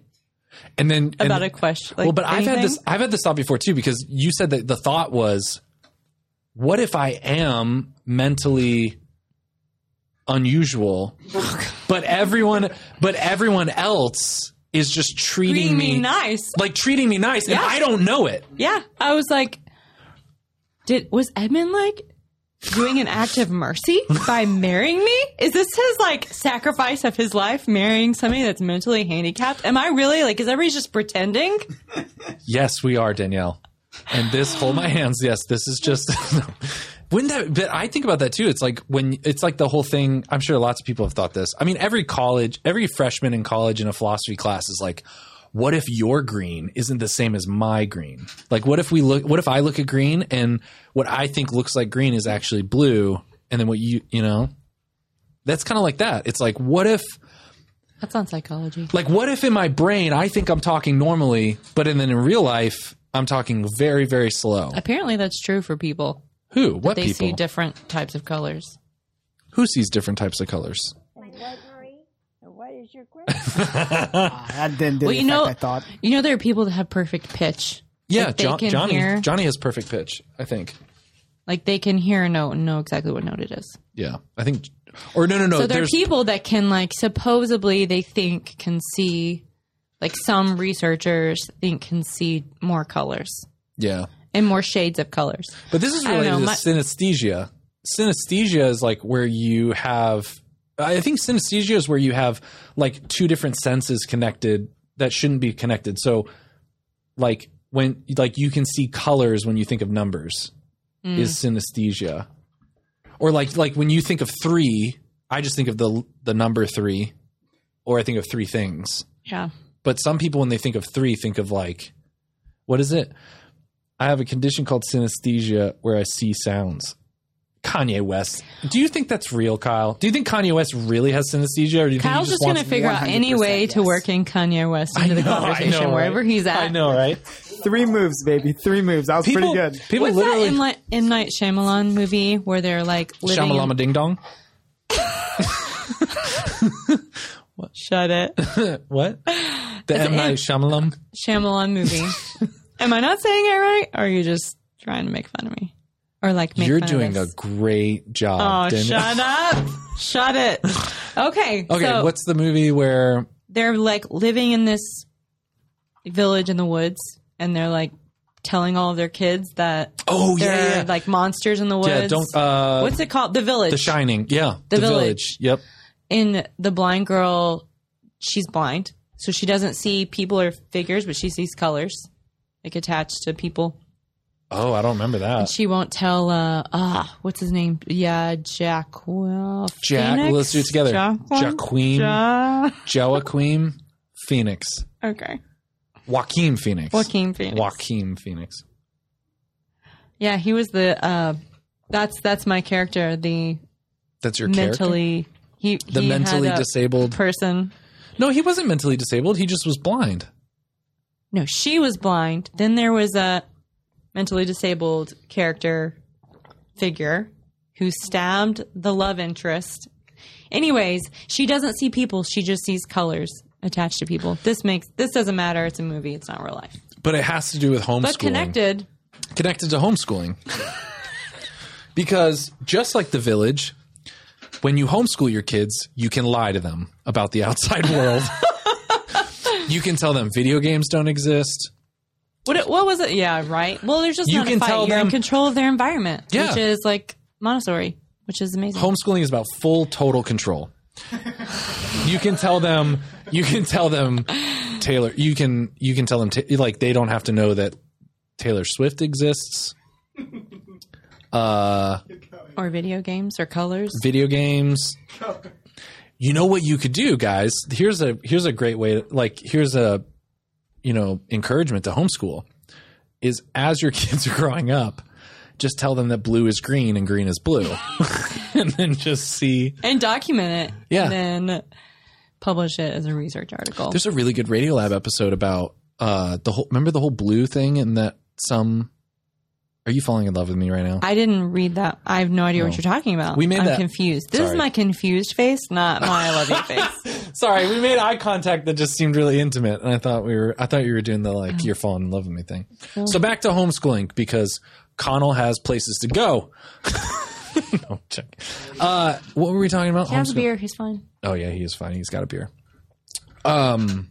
Speaker 6: and then and-
Speaker 3: about a question. Like,
Speaker 6: well, but I've had
Speaker 3: anything.
Speaker 6: this. I've had this thought before too, because you said that the thought was, "What if I am mentally
Speaker 3: [LAUGHS]
Speaker 6: unusual, but everyone, but everyone else is just treating,
Speaker 3: Treating
Speaker 6: me,
Speaker 3: me nice.
Speaker 6: like treating me nice, and
Speaker 3: Yeah.
Speaker 6: I don't know it."
Speaker 3: Yeah, I was like, did was Edmund like doing an act of mercy by marrying me? Is this his like sacrifice of his life, marrying somebody that's mentally handicapped? Am I really like? Is everybody just pretending?
Speaker 6: Yes, we are Danielle, and this hold my hands. Yes, this is just. [LAUGHS] Wouldn't that? But I think about that too. It's like when it's like the whole thing. I'm sure lots of people have thought this. I mean, every college, every freshman in college in a philosophy class is like, what if your green isn't the same as my green? Like, what if we look? What if I look at green and what I think looks like green is actually blue, and then what you you know? That's kind of like that. It's like, what if?
Speaker 3: That's on psychology.
Speaker 6: Like, what if in my brain I think I'm talking normally, but in, then in real life I'm talking very,
Speaker 3: [LAUGHS]
Speaker 6: very slow?
Speaker 3: Apparently, that's true for people.
Speaker 6: Who? What
Speaker 3: They
Speaker 6: people?
Speaker 3: see different types of colors.
Speaker 6: Who sees different types of colors?
Speaker 2: [LAUGHS] What, Marie? What is your question?
Speaker 5: I didn't do
Speaker 3: Well,
Speaker 5: the
Speaker 3: you know-
Speaker 5: effect I thought.
Speaker 3: You know, there are people that have perfect pitch.
Speaker 6: Yeah,
Speaker 3: Like, they
Speaker 6: John,
Speaker 3: can
Speaker 6: Johnny.
Speaker 3: hear-
Speaker 6: Johnny has perfect pitch. I think.
Speaker 3: Like they can hear a note and know exactly what note it is.
Speaker 6: Yeah, I think. Or no, no, no.
Speaker 3: So there are
Speaker 6: Oh, there's
Speaker 3: people that can like supposedly they think can see like some researchers think can see more colors
Speaker 6: yeah,
Speaker 3: and more shades of colors.
Speaker 6: but this is
Speaker 3: I don't
Speaker 6: related
Speaker 3: know,
Speaker 6: to
Speaker 3: my-
Speaker 6: synesthesia. Synesthesia is like where you have. I think synesthesia is where you have like two different senses connected that shouldn't be connected. So, like when like you can see colors when you think of numbers.
Speaker 3: Mm.
Speaker 6: is synesthesia or like like when you think of three i just think of the the number three or i think of three things
Speaker 3: Yeah.
Speaker 6: but some people when they think of three think of like what is it i have a condition called synesthesia where i see sounds kanye west do you think that's real kyle do you think kanye west really has synesthesia or do you
Speaker 3: Kyle's
Speaker 6: think
Speaker 3: just
Speaker 6: he
Speaker 3: going
Speaker 6: just,
Speaker 3: to figure out any
Speaker 5: 100%
Speaker 3: way to
Speaker 5: yes.
Speaker 3: work in Kanye West into the
Speaker 6: know, [LAUGHS] I
Speaker 3: conversation
Speaker 6: know, right?
Speaker 3: wherever he's at.
Speaker 6: i know right
Speaker 5: Three moves, baby. Three moves. That was
Speaker 6: people
Speaker 5: [LAUGHS] pretty good.
Speaker 6: people
Speaker 3: What's
Speaker 6: literally
Speaker 3: that M. Li- M. Night Shyamalan movie where they're like living?
Speaker 6: Shamalama Ding Dong.
Speaker 3: Shut it. [LAUGHS]
Speaker 6: what? The M Night Shyamalan.
Speaker 3: Shyamalan movie.
Speaker 6: [LAUGHS]
Speaker 3: Am I not saying it right? Or are you just trying to make fun of me? Or like make
Speaker 6: You're
Speaker 3: fun
Speaker 6: doing a
Speaker 3: of us?
Speaker 6: great job.
Speaker 3: Oh,
Speaker 6: Dana.
Speaker 3: shut up. Shut it. Okay.
Speaker 6: [LAUGHS] Okay,
Speaker 3: so
Speaker 6: what's the movie where?
Speaker 3: they're like living in this village in the woods and they're like telling all of their kids that
Speaker 6: Oh
Speaker 3: they're
Speaker 6: yeah,
Speaker 3: like monsters in the woods.
Speaker 6: yeah. Don't. Uh,
Speaker 3: What's it called? The Village.
Speaker 6: The Shining. Yeah,
Speaker 3: The Village.
Speaker 6: Yep.
Speaker 3: in the blind girl, she's blind, so she doesn't see people or figures, but she sees colors, like attached to people.
Speaker 6: Oh, I don't remember that.
Speaker 3: She won't tell. uh Ah, what's his name? Yeah, Jack. Well,
Speaker 6: Jack.
Speaker 3: Phoenix?
Speaker 6: Let's do it together.
Speaker 3: Jaquin?
Speaker 6: Jaquim.
Speaker 3: Ja-
Speaker 6: Joaquin Phoenix.
Speaker 3: okay.
Speaker 6: Joaquin Phoenix.
Speaker 3: Joaquin Phoenix.
Speaker 6: Joaquin Phoenix.
Speaker 3: Yeah, he was the. uh That's that's my character. The
Speaker 6: That's your character.
Speaker 3: mentally. He
Speaker 6: The
Speaker 3: he had
Speaker 6: mentally
Speaker 3: a
Speaker 6: disabled.
Speaker 3: person.
Speaker 6: no, he wasn't mentally disabled. He just was blind.
Speaker 3: No, she was blind. Then there was a mentally disabled character figure who stabbed the love interest. Anyways, she doesn't see people, she just sees colors attached to people. This makes this doesn't matter. It's a movie, it's not real life.
Speaker 6: But it has to do with homeschooling.
Speaker 3: But connected.
Speaker 6: connected to homeschooling. because just like the village, when you homeschool your kids, you can lie to them about the
Speaker 3: [LAUGHS]
Speaker 6: outside world. you can tell them video games don't exist.
Speaker 3: What it- what was it? Yeah, right. Well, there's just
Speaker 6: You
Speaker 3: not
Speaker 6: can
Speaker 3: a fight.
Speaker 6: tell
Speaker 3: You're
Speaker 6: them-
Speaker 3: in control of their environment,
Speaker 6: Yeah.
Speaker 3: which is like Montessori, which is amazing.
Speaker 6: Homeschooling is about full total control. you can tell them you can tell them Taylor you can you can tell them ta- like they don't have to know that Taylor Swift exists. Uh
Speaker 3: or video games or colors.
Speaker 6: video games. You know what you could do, guys? Here's a here's a great way like here's a you know, encouragement to homeschool is as your [LAUGHS] kids are growing up, just tell them that blue is green and green is blue. [LAUGHS] and then just see
Speaker 3: and document it.
Speaker 6: Yeah.
Speaker 3: And then publish it as a research article.
Speaker 6: There's a really good Radiolab episode about uh the whole remember the whole blue thing and that some Are you falling in love with me right now?
Speaker 3: I didn't read that. I have no idea what you're talking about.
Speaker 6: We made
Speaker 3: I'm
Speaker 6: that-
Speaker 3: confused. This is
Speaker 6: Sorry.
Speaker 3: my confused face, not
Speaker 6: [LAUGHS]
Speaker 3: my I love you face.
Speaker 6: Sorry, we made eye contact that just seemed really intimate, and I thought we were I thought you were doing the like you're falling in love with me thing.
Speaker 3: Oh.
Speaker 6: So back to homeschooling because Connell has places to go. [LAUGHS] no check. Uh, what were we talking about?
Speaker 3: He has a
Speaker 6: Homeschool-
Speaker 3: beer. He's fine.
Speaker 6: Oh yeah, he is fine. He's got a beer. Um.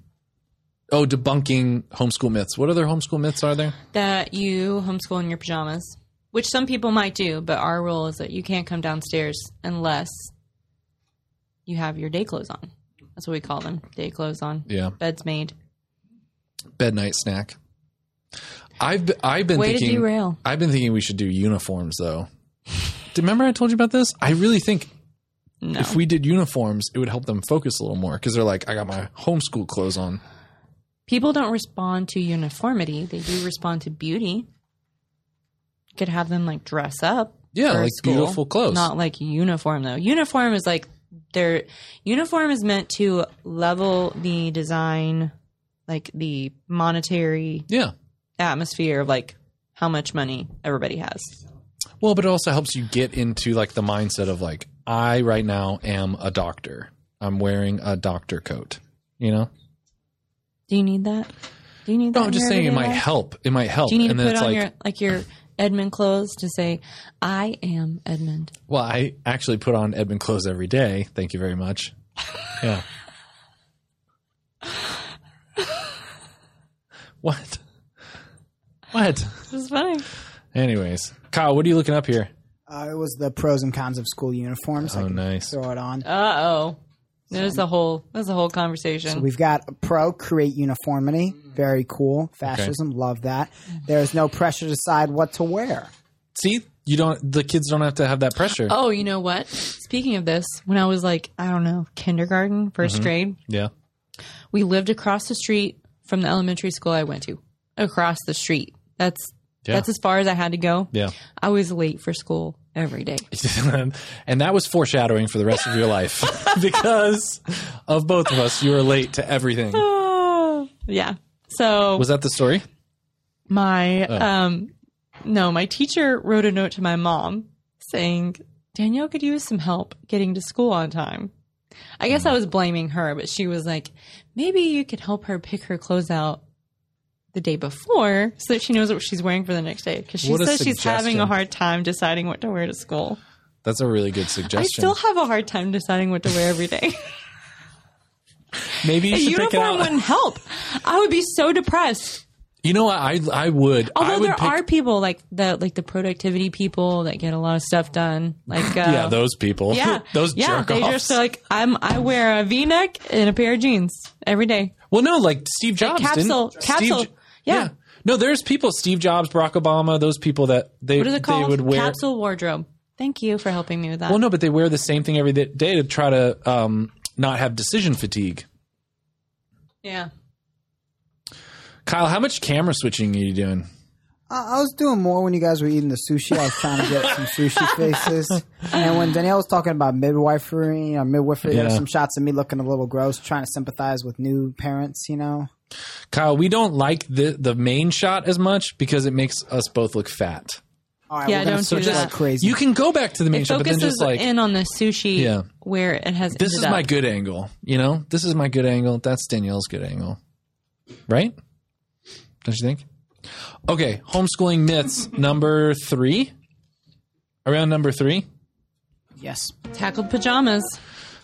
Speaker 6: Oh, debunking homeschool myths. What other homeschool myths are there?
Speaker 3: That you homeschool in your pajamas, which some people might do, but our rule is that you can't come downstairs unless you have your day clothes on. That's what we call them day clothes on.
Speaker 6: Yeah,
Speaker 3: Beds made.
Speaker 6: bed night snack. I've be- I've been
Speaker 3: Way to
Speaker 6: thinking.
Speaker 3: derail.
Speaker 6: I've been thinking we should do uniforms though. Do- Remember I told you about this? I really think
Speaker 3: No.
Speaker 6: if we did uniforms, it would help them focus a little more because they're like, I got my homeschool clothes on.
Speaker 3: people don't respond to uniformity they do respond to beauty You could have them like dress up
Speaker 6: Yeah,
Speaker 3: for
Speaker 6: like
Speaker 3: school.
Speaker 6: beautiful clothes.
Speaker 3: not like uniform though uniform is like their uniform is meant to level the design like the monetary
Speaker 6: yeah.
Speaker 3: atmosphere of like how much money everybody has
Speaker 6: Well, but it also helps you get into like the mindset of like, I right now am a doctor. I'm wearing a doctor coat. You know?
Speaker 3: do you need that do you need that
Speaker 6: No, I'm
Speaker 3: in
Speaker 6: just
Speaker 3: your
Speaker 6: saying it
Speaker 3: everyday
Speaker 6: might
Speaker 3: life?
Speaker 6: help. It might help.
Speaker 3: do you need
Speaker 6: and
Speaker 3: to
Speaker 6: then
Speaker 3: put
Speaker 6: it's
Speaker 3: on
Speaker 6: like,
Speaker 3: your like your edmund clothes to say i am edmund
Speaker 6: well, I actually put on Edmund clothes every day. Thank you very much.
Speaker 3: [LAUGHS]
Speaker 6: Yeah. what? What?
Speaker 3: this is funny
Speaker 6: Anyways, Kyle, what are you looking up here?
Speaker 5: Uh, it was the pros and cons of school uniforms. I
Speaker 6: Oh,
Speaker 5: can
Speaker 6: nice.
Speaker 5: throw it on.
Speaker 3: Uh oh. There's the whole there's the whole conversation.
Speaker 5: So we've got a pro create uniformity, very cool. Fascism, love that. There is no pressure to decide what to wear.
Speaker 6: See, you don't. The kids don't have to have that pressure.
Speaker 3: oh, you know what? Speaking of this, when I was like, I don't know, kindergarten, 1st
Speaker 6: Mm-hmm.
Speaker 3: grade,
Speaker 6: Yeah.
Speaker 3: we lived across the street from the elementary school I went to. Across the street. That's
Speaker 6: Yeah.
Speaker 3: that's as far as I had to go.
Speaker 6: Yeah. [LAUGHS]
Speaker 3: I was late for school every day.
Speaker 6: and that was foreshadowing for the rest of your life [LAUGHS] because of both of us. You were late to everything.
Speaker 3: Oh. yeah. So
Speaker 6: Ah. Was that the story?
Speaker 3: my
Speaker 6: Oh.
Speaker 3: um no my teacher wrote a note to my mom saying danielle could use some help getting to school on time I guess I was blaming her, but she was like, maybe you could help her pick her clothes out the day before so that she knows what she's wearing for the next day because she
Speaker 6: What a
Speaker 3: says she's having a
Speaker 6: suggestion.
Speaker 3: hard time deciding what to wear to school.
Speaker 6: That's a really good
Speaker 3: I
Speaker 6: suggestion.
Speaker 3: still have a hard time deciding what to wear every day.
Speaker 6: Maybe
Speaker 3: a
Speaker 6: [LAUGHS] you should pick it
Speaker 3: uniform
Speaker 6: out.
Speaker 3: wouldn't help. I would be so depressed.
Speaker 6: you know what? I I would. I
Speaker 3: Although
Speaker 6: would
Speaker 3: there
Speaker 6: pick,
Speaker 3: are people like the like the productivity people that get a lot of stuff done. Like uh,
Speaker 6: [LAUGHS] yeah those
Speaker 3: [LAUGHS]
Speaker 6: people.
Speaker 3: yeah
Speaker 6: [LAUGHS] those
Speaker 3: yeah
Speaker 6: jerk
Speaker 3: they
Speaker 6: offs.
Speaker 3: just are like I'm I wear a V neck and a pair of jeans every day.
Speaker 6: well, no, like Steve Jobs.
Speaker 3: capsule-
Speaker 6: didn't.
Speaker 3: capsule,
Speaker 6: Steve, Jo-
Speaker 3: yeah.
Speaker 6: No, there's people. Steve Jobs, Barack Obama. Those people that they
Speaker 3: What is it called?
Speaker 6: they would wear.
Speaker 3: Capsule wardrobe. Thank you for helping me with that.
Speaker 6: Well, no, but they wear the same thing every day to try to um, not have decision fatigue.
Speaker 3: Yeah.
Speaker 6: Kyle, how much camera switching are you doing?
Speaker 5: I, I was doing more when you guys were eating the sushi. I was trying to get some
Speaker 3: [LAUGHS]
Speaker 5: sushi faces. And when Danielle was talking about midwifery, you know, midwifery, there were
Speaker 6: Yeah.
Speaker 5: some shots of me looking a little gross, trying to sympathize with new parents, you know.
Speaker 6: Kyle, we don't like the the main shot as much because it makes us both look fat.
Speaker 5: All right,
Speaker 3: Yeah,
Speaker 5: we're gonna
Speaker 3: don't
Speaker 5: search
Speaker 3: do
Speaker 5: like
Speaker 3: that.
Speaker 5: crazy.
Speaker 6: You can go back to the main
Speaker 3: It
Speaker 6: shot, but then
Speaker 3: focuses
Speaker 6: just like
Speaker 3: in on the sushi
Speaker 6: Yeah.
Speaker 3: where it has.
Speaker 6: this is
Speaker 3: ended
Speaker 6: my
Speaker 3: up.
Speaker 6: good angle. You know, this is my good angle. That's Danielle's good angle, right? Don't you think? Okay, homeschooling myths
Speaker 3: [LAUGHS]
Speaker 6: number three. Around number three.
Speaker 5: yes.
Speaker 3: tackled pajamas,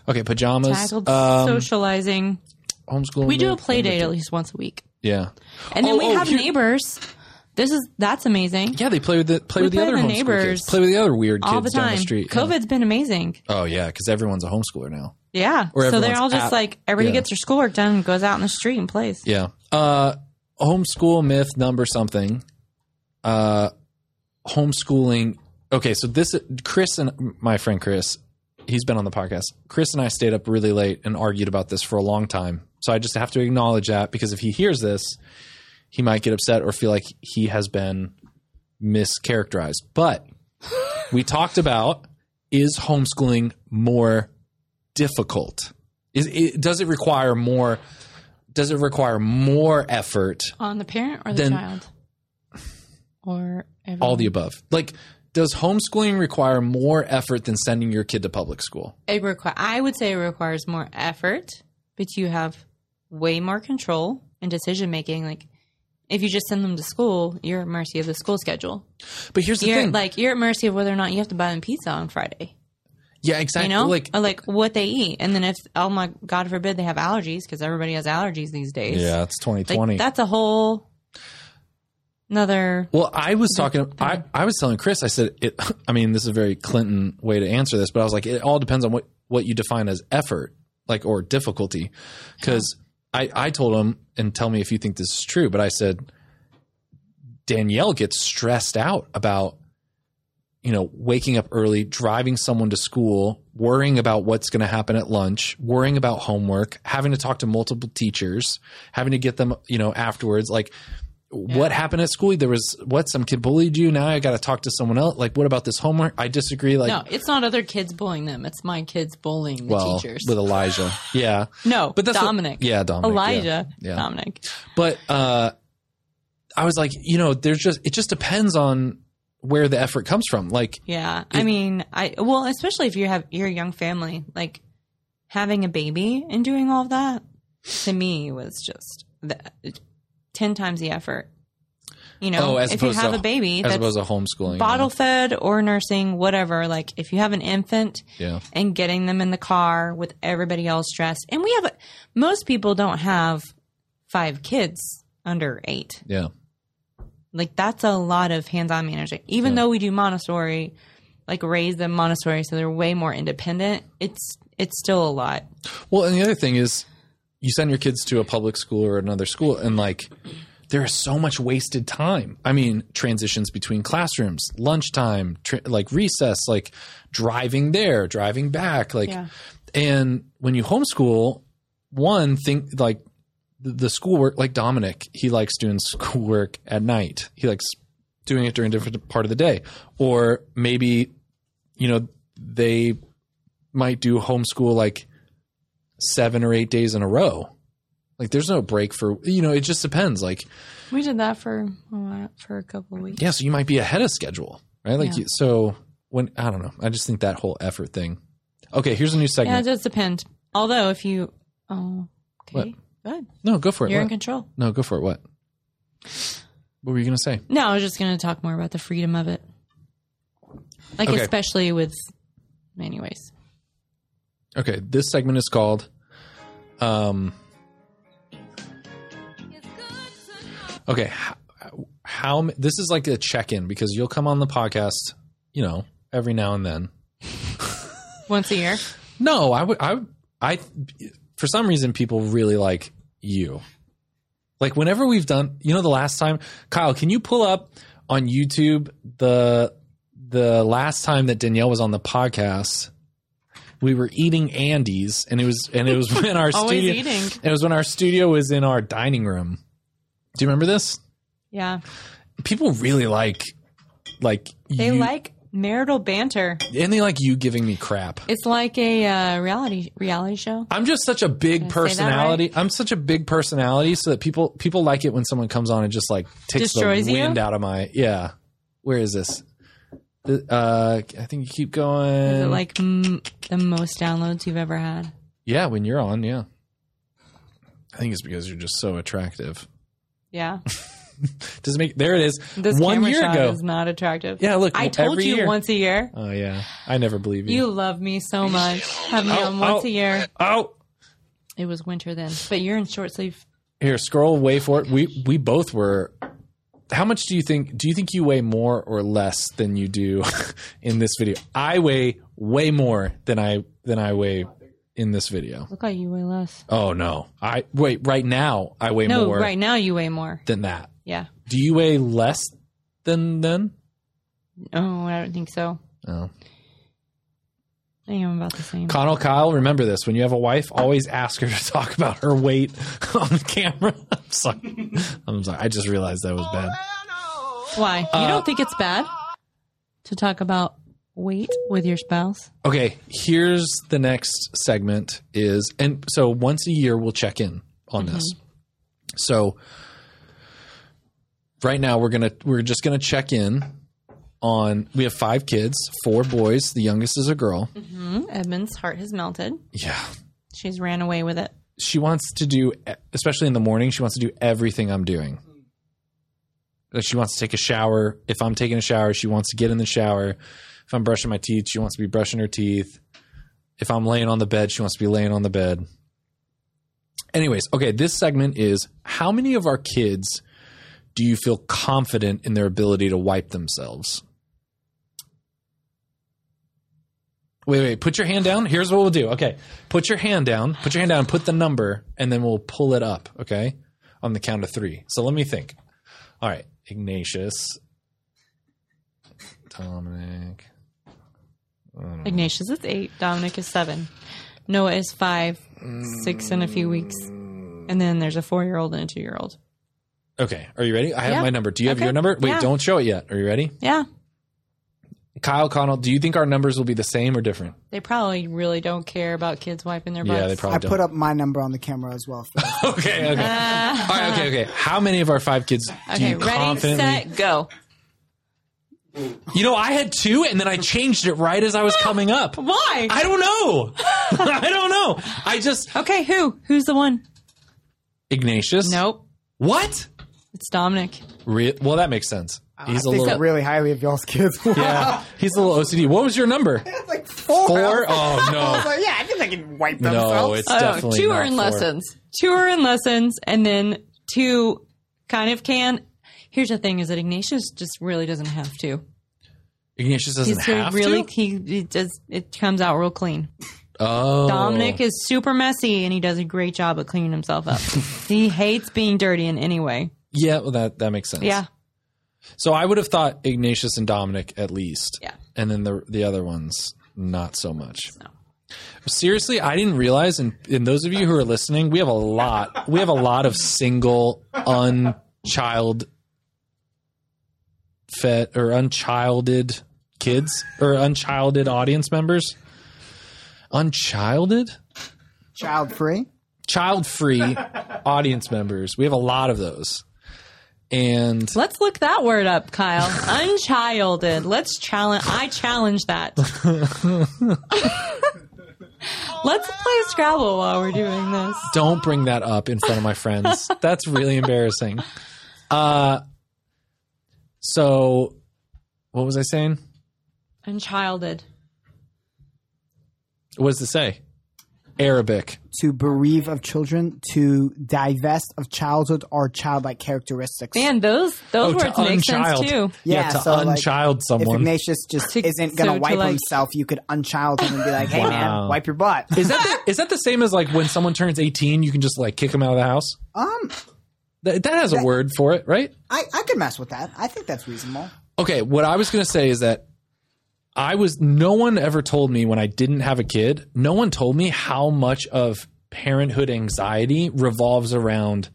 Speaker 6: Okay, pajamas.
Speaker 3: tackled
Speaker 6: Um,
Speaker 3: socializing.
Speaker 6: homeschooling.
Speaker 3: We do a
Speaker 6: myth
Speaker 3: play
Speaker 6: number
Speaker 3: date
Speaker 6: three.
Speaker 3: at least once a week,
Speaker 6: Yeah,
Speaker 3: and then
Speaker 6: Oh,
Speaker 3: we
Speaker 6: oh,
Speaker 3: have
Speaker 6: here-
Speaker 3: neighbors. This is that's amazing.
Speaker 6: yeah. They play with the play
Speaker 3: We
Speaker 6: with the
Speaker 3: play
Speaker 6: other
Speaker 3: with
Speaker 6: homeschool
Speaker 3: the neighbors
Speaker 6: kids. Play with the other weird kids
Speaker 3: all the
Speaker 6: down
Speaker 3: time.
Speaker 6: the street. yeah.
Speaker 3: COVID's been amazing.
Speaker 6: Oh yeah, because everyone's a homeschooler now.
Speaker 3: Yeah. so
Speaker 6: Or
Speaker 3: they're
Speaker 6: everyone's
Speaker 3: all just
Speaker 6: out.
Speaker 3: like everybody
Speaker 6: Yeah.
Speaker 3: gets their schoolwork done and goes out in the street and plays.
Speaker 6: Yeah. Uh, homeschool myth number something. Uh, homeschooling. Okay, so this Chris and my friend Chris, he's been on the podcast. Chris and I stayed up really late and argued about this for a long time. So I just have to acknowledge that because if he hears this, he might get upset or feel like he has been mischaracterized. But we talked about is homeschooling more difficult? Is it, does it require more? Does it require more effort?
Speaker 3: On the parent or the
Speaker 6: Then-
Speaker 3: child, or everyone.
Speaker 6: All the above. Like, does homeschooling require more effort than sending your kid to public school?
Speaker 3: It require. I would say it requires more effort, but you have way more control and decision making. Like if you just send them to school, you're at mercy of the school schedule.
Speaker 6: But here's the
Speaker 3: You're
Speaker 6: thing.
Speaker 3: like you're at mercy of whether or not you have to buy them pizza on Friday.
Speaker 6: yeah, exactly.
Speaker 3: You know,
Speaker 6: Like,
Speaker 3: or like what they eat, and then if oh my God forbid they have allergies because everybody has allergies these days.
Speaker 6: yeah, it's
Speaker 3: like
Speaker 6: 2020.
Speaker 3: that's a whole another.
Speaker 6: Well, I was talking. I, I was telling Chris. I said, it, [LAUGHS] I mean, this is a very Clinton way to answer this, but I was like, it all depends on what what you define as effort, like or difficulty, because I I told him and tell me if you think this is true, but I said Danielle gets stressed out about you know waking up early, driving someone to school, worrying about what's going to happen at lunch, worrying about homework, having to talk to multiple teachers, having to get them you know afterwards, like what happened at school? There was what some kid bullied you. Now I got to talk to someone else. Like, what about this homework? I disagree. Like,
Speaker 3: no, it's not other kids bullying them. It's my kids bullying the
Speaker 6: well,
Speaker 3: teachers. [SIGHS]
Speaker 6: with Elijah, yeah,
Speaker 3: no,
Speaker 6: but
Speaker 3: but
Speaker 6: that's what-
Speaker 3: Dominic.
Speaker 6: yeah, Dominic, yeah,
Speaker 3: Elijah.
Speaker 6: yeah.
Speaker 3: Dominic.
Speaker 6: but uh, I was like, you know, there's just it just depends on where the effort comes from. Like,
Speaker 3: Yeah. I mean, I well, especially if you have you're a young family, like having a baby and doing all of that to me was just the, 10 times the effort. You know,
Speaker 6: oh, as
Speaker 3: if you
Speaker 6: opposed
Speaker 3: have
Speaker 6: to,
Speaker 3: a baby
Speaker 6: as
Speaker 3: that's
Speaker 6: opposed to homeschooling, you
Speaker 3: bottle fed or nursing, whatever, like if you have an infant
Speaker 6: know? yeah,
Speaker 3: and getting them in the car with everybody else dressed. And we have most people don't have five kids under 8
Speaker 6: yeah,
Speaker 3: like that's a lot of hands-on management even though we do montessori like raise them montessori so they're way more independent it's it's still a lot
Speaker 6: Well, and the other thing is, you send your kids to a public school or another school, and like, there is so much wasted time. I mean, transitions between classrooms, lunchtime, tra- like recess, like driving there, driving back, like,
Speaker 3: Yeah.
Speaker 6: and when you homeschool, one thing like the, the schoolwork, like Dominic, he likes doing schoolwork at night. He likes doing it during a different part of the day, or maybe, you know, they might do homeschool like seven or eight days in a row. Like there's no break for you know, it just depends. Like,
Speaker 3: we did that for a while, for a couple of weeks
Speaker 6: yeah, so you might be ahead of schedule, right? Like
Speaker 3: Yeah.
Speaker 6: you, so when I don't know. I just think that whole effort thing. Okay, here's a new
Speaker 3: yeah it
Speaker 6: segment.
Speaker 3: does depend Although, if you, oh, okay, good.
Speaker 6: No, go for it.
Speaker 3: You're in
Speaker 6: What?
Speaker 3: control.
Speaker 6: No, go for it. What? What were you gonna say?
Speaker 3: No, I was just going to talk more about the freedom of it. Like,
Speaker 6: Okay.
Speaker 3: especially with, anyways.
Speaker 6: Okay, this segment is called. Um, okay, how, how m- this is like a check in because you'll come on the podcast, you know, every now and then.
Speaker 3: Once a year?
Speaker 6: No, I would, I, would- I, for some reason, people really like you. Like whenever we've done, you know, the last time, Kyle, can you pull up on YouTube the the last time that Danielle was on the podcast? We were eating Andes, and it was and it was when our
Speaker 3: [LAUGHS] Always
Speaker 6: studio
Speaker 3: eating.
Speaker 6: it was when our studio was in our dining room. Do you remember this?
Speaker 3: Yeah.
Speaker 6: People really like like
Speaker 3: They
Speaker 6: you,
Speaker 3: like marital banter.
Speaker 6: and they like you giving me crap.
Speaker 3: It's like a uh, reality reality show.
Speaker 6: I'm just such a
Speaker 3: Did I say
Speaker 6: big
Speaker 3: that right?
Speaker 6: personality. I'm such a big personality, so that people people like it when someone comes on and just like takes
Speaker 3: Destroys
Speaker 6: the
Speaker 3: you?
Speaker 6: wind out of my. Yeah, where is this? Th- Uh, I think you keep going.
Speaker 3: Is it like mm, the most downloads you've ever had?
Speaker 6: yeah, when you're on, yeah. I think it's because you're just so attractive.
Speaker 3: Yeah.
Speaker 6: Does it make there? It is
Speaker 3: This
Speaker 6: one
Speaker 3: camera
Speaker 6: year
Speaker 3: shot
Speaker 6: ago.
Speaker 3: is not attractive.
Speaker 6: Yeah, look,
Speaker 3: I told
Speaker 6: every
Speaker 3: you
Speaker 6: year.
Speaker 3: once a year.
Speaker 6: Oh yeah, I never believe you.
Speaker 3: You love me so much. Have me
Speaker 6: Oh,
Speaker 3: on once
Speaker 6: oh.
Speaker 3: a year.
Speaker 6: oh,
Speaker 3: It was winter then, but you're in short sleeve.
Speaker 6: here, scroll way for it. We we both were. How much do you think? Do you think you weigh more or less than you do [LAUGHS] in this video? I weigh way more than I than I weigh in this video.
Speaker 3: Look like you weigh less.
Speaker 6: Oh no! I wait. Right now, I weigh
Speaker 3: no,
Speaker 6: more
Speaker 3: right now you weigh more.
Speaker 6: than that.
Speaker 3: Yeah.
Speaker 6: Do you weigh less than then?
Speaker 3: Oh, I don't think so.
Speaker 6: Oh.
Speaker 3: I think I'm about the same.
Speaker 6: Connell Kyle, remember this. When you have a wife, always ask her to talk about her weight [LAUGHS] on the camera. I'm sorry. I'm sorry. I just realized that was bad.
Speaker 3: Why? You don't think it's bad to talk about weight with your spouse?
Speaker 6: Okay, here's the next segment is and so once a year we'll check in on this. So right now we're going to we're just going to check in on we have 5 kids, 4 boys, the youngest is a girl.
Speaker 3: Hmm, Edmund's heart has melted.
Speaker 6: Yeah.
Speaker 3: She's ran away with it.
Speaker 6: She wants to do especially in the morning, she wants to do everything I'm doing. Like she wants to take a shower. If I'm taking a shower, she wants to get in the shower. If I'm brushing my teeth, she wants to be brushing her teeth. If I'm laying on the bed, she wants to be laying on the bed. Anyways, okay, this segment is how many of our kids do you feel confident in their ability to wipe themselves? Wait, wait, put your hand down. Here's what we'll do. Okay. Put your hand down. Put your hand down, put the number, and then we'll pull it up, okay? On the count of three. So let me think. All right. Ignatius. Dominic.
Speaker 3: Mm. Ignatius is eight. Dominic is seven. Noah is five, six in a few weeks. And then there's a four year old and a two year old.
Speaker 6: Okay. Are you ready? I have
Speaker 3: Yeah.
Speaker 6: my number. Do you have
Speaker 3: Okay.
Speaker 6: your number? Wait,
Speaker 3: Yeah.
Speaker 6: don't show it yet. Are you ready?
Speaker 3: Yeah.
Speaker 6: Kyle Connell, do you think our numbers will be the same or different?
Speaker 3: They probably really don't care about kids wiping their butts.
Speaker 6: Yeah, they probably
Speaker 5: I
Speaker 6: don't.
Speaker 5: put up my number on the camera as well. For
Speaker 6: okay, okay. All right, okay, okay. How many of our five kids do
Speaker 3: Uh. Okay,
Speaker 6: you
Speaker 3: ready,
Speaker 6: confidently?
Speaker 3: set, go.
Speaker 6: You know, I had two, and then I changed it right as I was coming up.
Speaker 3: Why?
Speaker 6: I don't know. [LAUGHS] I don't know. I just
Speaker 3: okay, who? Who's the one?
Speaker 6: Ignatius.
Speaker 3: Nope.
Speaker 6: What?
Speaker 3: It's Dominic.
Speaker 6: Re- well, that makes sense.
Speaker 3: Uh,
Speaker 6: He's a
Speaker 5: I think
Speaker 6: little.
Speaker 5: really highly of y'all's kids. [LAUGHS]
Speaker 3: [LAUGHS]
Speaker 6: yeah, he's a little OCD. What was your number?
Speaker 5: like
Speaker 3: [LAUGHS]
Speaker 5: four.
Speaker 6: Four? Oh
Speaker 5: I was
Speaker 6: no,
Speaker 5: like, yeah, I think they can wipe
Speaker 6: no,
Speaker 5: themselves. Uh,
Speaker 6: it's
Speaker 3: Oh,
Speaker 6: definitely
Speaker 3: two
Speaker 6: not
Speaker 3: are in
Speaker 6: four.
Speaker 3: lessons. Two are in lessons, and then two kind of can. Here's the thing: is that Ignatius just really doesn't have to.
Speaker 6: Ignatius doesn't
Speaker 3: He's
Speaker 6: have
Speaker 3: really
Speaker 6: to.
Speaker 3: he, he does. It comes out real clean.
Speaker 6: Oh,
Speaker 3: Dominic is super messy, and he does a great job at cleaning himself
Speaker 6: [LAUGHS]
Speaker 3: up. he hates being dirty in any way.
Speaker 6: Yeah, well, that that makes sense.
Speaker 3: Yeah,
Speaker 6: So I would have thought Ignatius and Dominic at least.
Speaker 3: Yeah.
Speaker 6: And then the the other ones not so much.
Speaker 3: No.
Speaker 6: Seriously, I didn't realize and, and those of you who are listening, we have a lot we have a lot of single unchild fed or unchilded kids or unchilded audience members. Unchilded?
Speaker 5: Child free.
Speaker 6: Child free audience members. We have a lot of those. And
Speaker 3: let's look that word up, Kyle. [LAUGHS]
Speaker 6: [LAUGHS]
Speaker 3: Unchilded. Let's challenge. I challenge that. [LAUGHS] Let's play Scrabble while we're doing this.
Speaker 6: Don't bring that up in front of
Speaker 3: [LAUGHS]
Speaker 6: my friends. That's really embarrassing. Uh, so, what was I saying?
Speaker 3: Unchilded.
Speaker 6: What does it say? Arabic.
Speaker 5: to bereave of children, to divest of childhood or childlike characteristics.
Speaker 3: Man, those those
Speaker 6: Oh, to
Speaker 3: words make
Speaker 6: unchild.
Speaker 3: sense too.
Speaker 6: Yeah,
Speaker 5: Yeah,
Speaker 6: to
Speaker 5: so, like,
Speaker 6: unchild
Speaker 5: if
Speaker 6: someone.
Speaker 5: Ignatius just
Speaker 3: To-
Speaker 5: isn't
Speaker 3: so
Speaker 5: gonna
Speaker 3: to,
Speaker 5: wipe
Speaker 3: like-
Speaker 5: himself, you could unchild him and be like, "Hey
Speaker 6: Wow.
Speaker 5: man, wipe your butt."
Speaker 6: is that the, is that the same as like when someone turns 18, you can just like kick them out of the house?
Speaker 5: um,
Speaker 6: That, that has a word for it, right?
Speaker 5: I I could mess with that. I think that's reasonable.
Speaker 6: Okay, what I was going to say is that I was no one ever told me when I didn't have a kid, no one told me how much of parenthood anxiety revolves around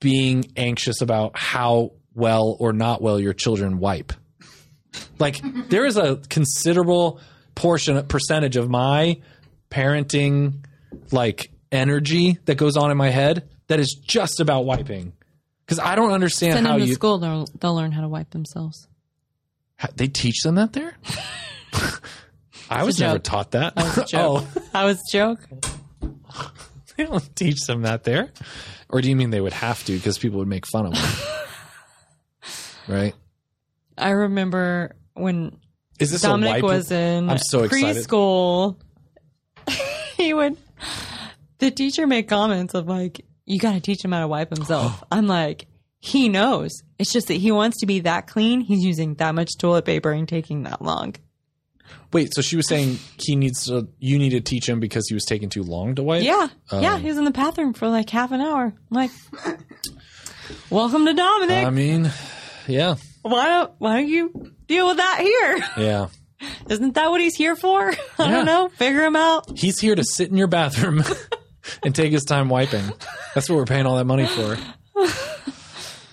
Speaker 6: being anxious about how well or not well your children wipe. Like there is a considerable portion percentage of my parenting like energy that goes on in my head that is just about wiping. Cuz I don't understand
Speaker 3: Send
Speaker 6: how
Speaker 3: them to
Speaker 6: you
Speaker 3: school; they'll, they'll learn how to wipe
Speaker 6: [LAUGHS]
Speaker 3: themselves.
Speaker 6: how- They teach them
Speaker 3: [LAUGHS]
Speaker 6: that there? I was
Speaker 3: a
Speaker 6: never
Speaker 3: joke.
Speaker 6: taught that.
Speaker 3: That was a joke.
Speaker 6: [LAUGHS] oh,
Speaker 3: I was a joke.
Speaker 6: they don't teach them that there. Or do you mean they would have to because people would make fun of them?
Speaker 3: [LAUGHS]
Speaker 6: right?
Speaker 3: I remember when
Speaker 6: Is this a
Speaker 3: Dominic
Speaker 6: wipe?
Speaker 3: was in
Speaker 6: I'm so excited.
Speaker 3: preschool. [LAUGHS] he would the teacher made comments of like, "You got to teach him how to wipe
Speaker 6: [GASPS]
Speaker 3: himself." I'm like, he knows. It's just that he wants to be that clean. He's using that much toilet paper and taking that long.
Speaker 6: Wait, so she was saying he needs to, you need to teach him because he was taking too long to wipe?
Speaker 3: Yeah, yeah. He was in the bathroom for like half an hour. I'm like, [LAUGHS] welcome to Dominic.
Speaker 6: I mean, yeah.
Speaker 3: why don't Why don't you deal with that here?
Speaker 6: Yeah.
Speaker 3: Isn't that what he's here for? [LAUGHS] I
Speaker 6: Yeah.
Speaker 3: don't know. Figure him out.
Speaker 6: He's here to sit in your bathroom [LAUGHS] and take his time wiping. That's what we're paying all that money for.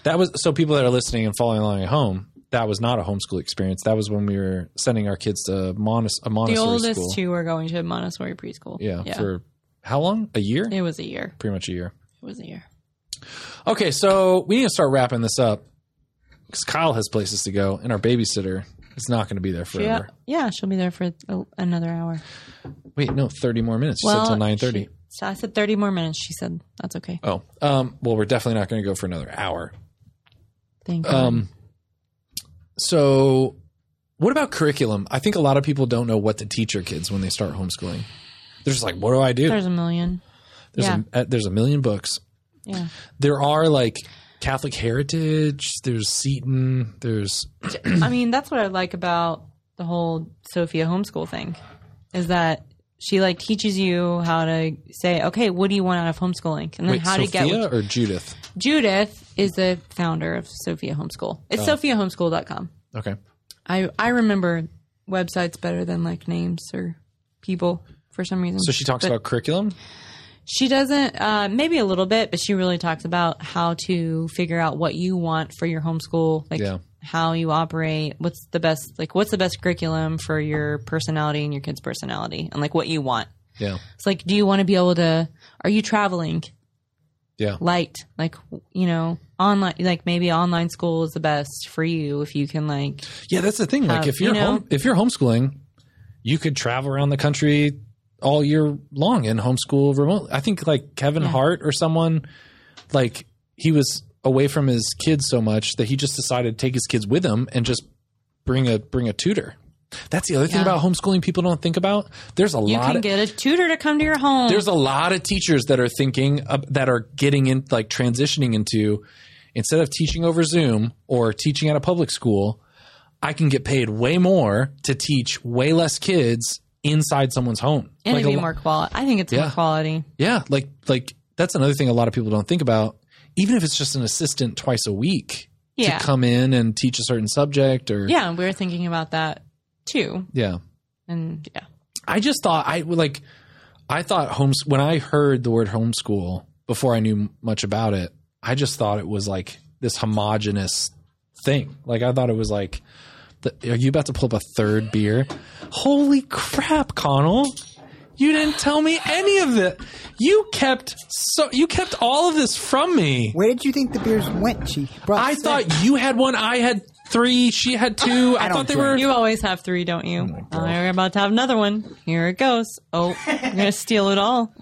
Speaker 6: That was so people that are listening and following along at home. That was not a homeschool experience. That was when we were sending our kids to Montes-
Speaker 3: The
Speaker 6: a Montessori
Speaker 3: oldest
Speaker 6: school.
Speaker 3: two are going to Montessori preschool.
Speaker 6: yeah, for how long? A year?
Speaker 3: It was a year.
Speaker 6: Pretty much a year.
Speaker 3: It was a year.
Speaker 6: Okay, so we need to start wrapping this up because Kyle has places to go, and our babysitter is not going to be there
Speaker 3: Yeah,
Speaker 6: forever.
Speaker 3: yeah. She'll be there for a, another hour.
Speaker 6: Wait, no, thirty more minutes. You said till nine thirty.
Speaker 3: she- so I said thirty more minutes. She said that's okay.
Speaker 6: Oh, um, well, we're definitely not going to go for another hour.
Speaker 3: Thank God.
Speaker 6: Um, so, what about curriculum? I think a lot of people don't know what to teach their kids when they start homeschooling. They're just like, "What do I do?" There's,
Speaker 3: There's a
Speaker 6: [CLEARS THROAT]
Speaker 3: million. yeah.
Speaker 6: a, uh, there's a million books.
Speaker 3: Yeah.
Speaker 6: There are like Catholic Heritage. There's Seton. There's
Speaker 3: I mean, that's what I like about the whole Sophia homeschool thing is that she like teaches you how to say, okay, what do you want out of homeschooling? And then
Speaker 6: wait,
Speaker 3: how
Speaker 6: Sophia
Speaker 3: to get
Speaker 6: or Judith.
Speaker 3: Judith is the founder of Sophia Homeschool. It's
Speaker 6: Oh.
Speaker 3: sophiahomeschool.com.
Speaker 6: Okay,
Speaker 3: I I remember websites better than like names or people for some reason.
Speaker 6: so she talks
Speaker 3: But
Speaker 6: about curriculum.
Speaker 3: she doesn't uh, maybe a little bit, but she really talks about how to figure out what you want for your homeschool, like
Speaker 6: Yeah.
Speaker 3: how you operate, what's the best like what's the best curriculum for your personality and your kid's personality, and like what you want.
Speaker 6: Yeah,
Speaker 3: It's like, do you want to be able to? Are you traveling?
Speaker 6: yeah,
Speaker 3: light like you know online like maybe online school is the best for you if you can like
Speaker 6: yeah. That's the thing. Like,
Speaker 3: Um,
Speaker 6: if you're
Speaker 3: you know-
Speaker 6: home, if you're homeschooling, you could travel around the country all year long and homeschool remotely. I think like Kevin
Speaker 3: Yeah.
Speaker 6: Hart or someone like he was away from his kids so much that he just decided to take his kids with him and just bring a bring a tutor. That's the other thing
Speaker 3: Yeah.
Speaker 6: about homeschooling people don't think about. There's a
Speaker 3: you
Speaker 6: lot
Speaker 3: can
Speaker 6: of,
Speaker 3: get a tutor to come to your home
Speaker 6: there's a lot of teachers that are thinking of, that are getting in like transitioning into instead of teaching over Zoom or teaching at a public school, I can get paid way more to teach way less kids inside someone's home.
Speaker 3: and
Speaker 6: Like
Speaker 3: it'd
Speaker 6: a
Speaker 3: be
Speaker 6: lo-
Speaker 3: more quality i think it's
Speaker 6: Yeah.
Speaker 3: more quality
Speaker 6: yeah, like like that's another thing a lot of people don't think about. Even if it's just an assistant twice a week
Speaker 3: yeah
Speaker 6: to come in and teach a certain subject or
Speaker 3: yeah we were thinking about that too
Speaker 6: yeah.
Speaker 3: and yeah
Speaker 6: I just thought I like I thought homes when I heard the word homeschool before I knew much about it. I just thought it was like this homogenous thing. Like I thought it was like, the, are you about to pull up a third beer? Holy crap, Connell! You didn't tell me any of it. You kept so you kept all of this from me.
Speaker 5: Where did you think the beers went, Chief? Brought
Speaker 6: I
Speaker 5: six.
Speaker 6: thought you had one. I had three. She had two. I,
Speaker 5: I
Speaker 6: thought
Speaker 5: don't
Speaker 6: they were.
Speaker 3: You always have three, don't you?
Speaker 8: my
Speaker 3: Oh,
Speaker 8: God.
Speaker 3: you're about to have another one. Here it goes. Oh, you're gonna steal it all. [SIGHS]